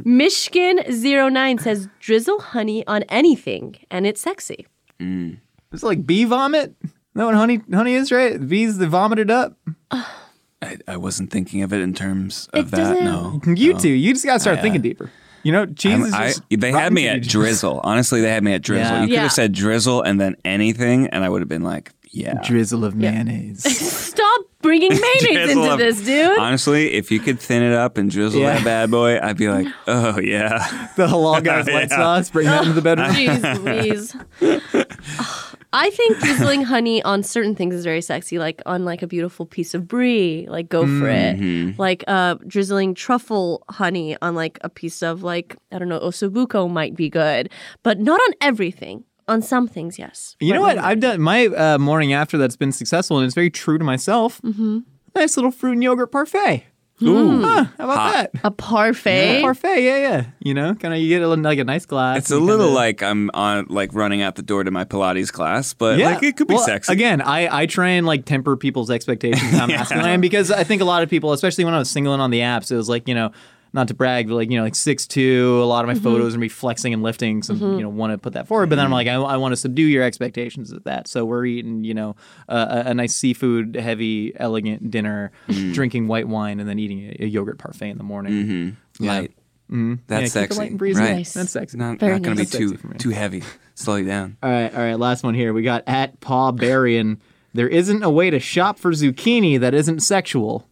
Speaker 6: Michigan09 says drizzle honey on anything, and it's sexy.
Speaker 5: It's like bee vomit. Know what honey honey is, right? Bees that vomited up.
Speaker 1: I, I wasn't thinking of it in terms of
Speaker 6: It
Speaker 1: that.
Speaker 6: doesn't-
Speaker 1: No.
Speaker 5: You two, you just gotta start thinking deeper. You know, cheese
Speaker 1: Oh. I'm-
Speaker 5: is
Speaker 1: I-
Speaker 5: just
Speaker 1: they had
Speaker 5: rotten
Speaker 1: me at
Speaker 5: food.
Speaker 1: drizzle. Honestly, they had me at drizzle.
Speaker 5: Yeah.
Speaker 1: You could
Speaker 6: Yeah.
Speaker 1: have said drizzle and then anything, and I would have been like, yeah.
Speaker 5: drizzle
Speaker 6: [LAUGHS]
Speaker 5: of mayonnaise.
Speaker 6: Stop
Speaker 5: [LAUGHS]
Speaker 6: bringing mayonnaise
Speaker 1: Drizzle
Speaker 6: into
Speaker 1: of-
Speaker 6: this, dude.
Speaker 1: Honestly, if you could thin it up and drizzle
Speaker 5: Yeah.
Speaker 1: that bad boy, I'd
Speaker 6: [GASPS]
Speaker 1: be like, oh, [LAUGHS] yeah.
Speaker 5: the halal guy's white sauce. Bring that
Speaker 6: [LAUGHS]
Speaker 5: into
Speaker 6: Oh,
Speaker 5: the bedroom.
Speaker 1: [LAUGHS]
Speaker 6: Jeez Louise. I think drizzling honey on certain things is very sexy, like on like a beautiful piece of brie, like go for it.
Speaker 1: Mm-hmm.
Speaker 6: Like uh, drizzling truffle honey on like a piece of like I don't know osobuco might be good, but not on everything. On some things, yes.
Speaker 5: You know what? I've done my uh, morning after that's been successful, and it's very true to myself. Mm-hmm. Nice little fruit and yogurt parfait.
Speaker 6: Hmm.
Speaker 1: Ooh.
Speaker 5: Huh, how about that?
Speaker 6: A parfait.
Speaker 5: Parfait, yeah, yeah. You know, kind of you get a, little- like a nice glass.
Speaker 1: It's a
Speaker 5: and
Speaker 1: little
Speaker 5: kinda-
Speaker 1: like I'm on like running out the door to my Pilates class, but like it could be
Speaker 5: Well,
Speaker 1: sexy.
Speaker 5: Again, I, I try and like temper people's
Speaker 1: [LAUGHS]
Speaker 5: expectations on masculine I am because I think a lot of people, especially when I was single and on the apps, it was like, you know, not to brag, but like, you know, like six two, a lot of my photos and be flexing and lifting. So, you know, want to put that forward. But
Speaker 1: Mm.
Speaker 5: then I'm like, I, I want to subdue your expectations of that. So we're eating, you know, a, a a nice seafood heavy, elegant dinner,
Speaker 1: Mm.
Speaker 5: drinking white wine, and then eating a, a yogurt parfait in the morning.
Speaker 1: Light. Mm-hmm. That's
Speaker 5: Yeah, keep it
Speaker 1: sexy.
Speaker 5: light and breezy.
Speaker 1: Right.
Speaker 6: Nice.
Speaker 5: That's sexy.
Speaker 1: Not,
Speaker 6: Very
Speaker 1: not going to be
Speaker 5: nice.
Speaker 1: too
Speaker 5: Sexy for me.
Speaker 1: too heavy. Slow you down.
Speaker 5: All right, all right. Last one here. We got at Paw Barian. There isn't a way to shop for zucchini that isn't sexual.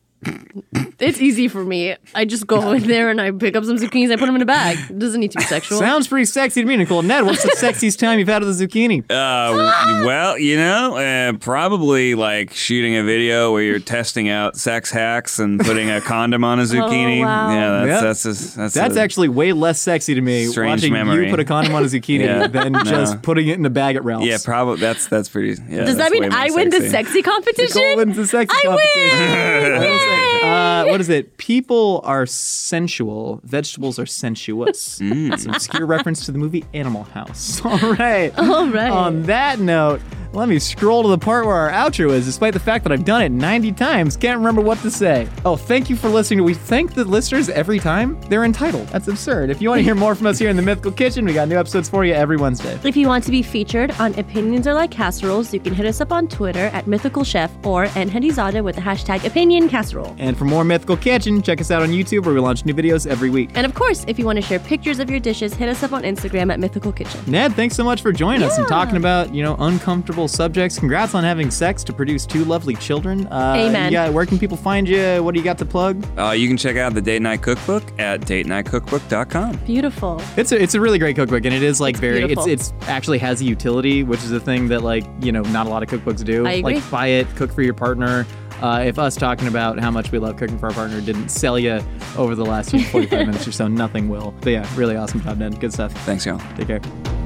Speaker 6: It's easy for me. I just go in there and I pick up some zucchinis. I put them in a bag. It doesn't need to be sexual.
Speaker 5: Sounds pretty sexy to me, Nicole. Ned, what's the sexiest time you've had with a zucchini?
Speaker 6: Ah!
Speaker 1: Uh, well, you know, uh, probably like shooting a video where you're testing out sex hacks and putting a condom
Speaker 6: [LAUGHS]
Speaker 1: on a zucchini.
Speaker 6: Oh, wow.
Speaker 1: Yeah, that's
Speaker 5: Yeah.
Speaker 1: that's a, that's,
Speaker 5: That's
Speaker 1: a-
Speaker 5: actually way less sexy to me
Speaker 1: Strange
Speaker 5: watching
Speaker 1: memory.
Speaker 5: you put a condom on a
Speaker 1: [LAUGHS]
Speaker 5: zucchini
Speaker 1: Yeah.
Speaker 5: than
Speaker 1: No.
Speaker 5: just putting it in a bag at Ralph's.
Speaker 1: yeah, probably that's that's pretty. Yeah,
Speaker 6: Does that
Speaker 1: that's
Speaker 6: mean
Speaker 1: way more
Speaker 6: I win the
Speaker 1: sexy. oh,
Speaker 6: sexy competition?
Speaker 5: Nicole wins the sexy
Speaker 6: I
Speaker 5: competition.
Speaker 6: win!
Speaker 5: Uh, what is it? People are sensual. Vegetables are sensuous. It's an obscure reference to the movie Animal House. [LAUGHS] All right.
Speaker 6: All right.
Speaker 5: On that note, let me scroll to the part where our outro is, despite the fact that I've done it 90 times. Can't remember what to say. Oh, thank you for listening. We thank the listeners every time. They're entitled. That's absurd. If you want to hear more from us here in the Mythical Kitchen, we got new episodes for you every Wednesday.
Speaker 6: If you want to be featured on Opinions Are Like Casseroles, you can hit us up on Twitter at Mythical Chef or Nhedizada with the hashtag Opinion Casserole.
Speaker 5: And for more Mythical Kitchen, check us out on YouTube where we launch new videos every week.
Speaker 6: And of course, if you want to share pictures of your dishes, hit us up on Instagram at Mythical Kitchen.
Speaker 5: Ned, thanks so much for joining us and talking about, you know, uncomfortable subjects. Congrats on having sex to produce two lovely children. Uh,
Speaker 6: Amen.
Speaker 5: Yeah, where can people find you? What do you got to plug?
Speaker 1: Uh, you can check out the Date Night Cookbook at datenightcookbook.com.
Speaker 6: Beautiful.
Speaker 5: It's a, it's a really great cookbook, and it is like very
Speaker 6: beautiful.
Speaker 5: it's it's actually has a utility, which is a thing that like you know not a lot of cookbooks do.
Speaker 6: I agree.
Speaker 5: Like buy it, cook for your partner. Uh, if us talking about how much we love cooking for our partner didn't sell you
Speaker 6: [LAUGHS]
Speaker 5: over the last you know, 45 minutes or so, nothing will. But yeah, really awesome job, Ned. Good stuff.
Speaker 1: Thanks, y'all.
Speaker 5: Take care.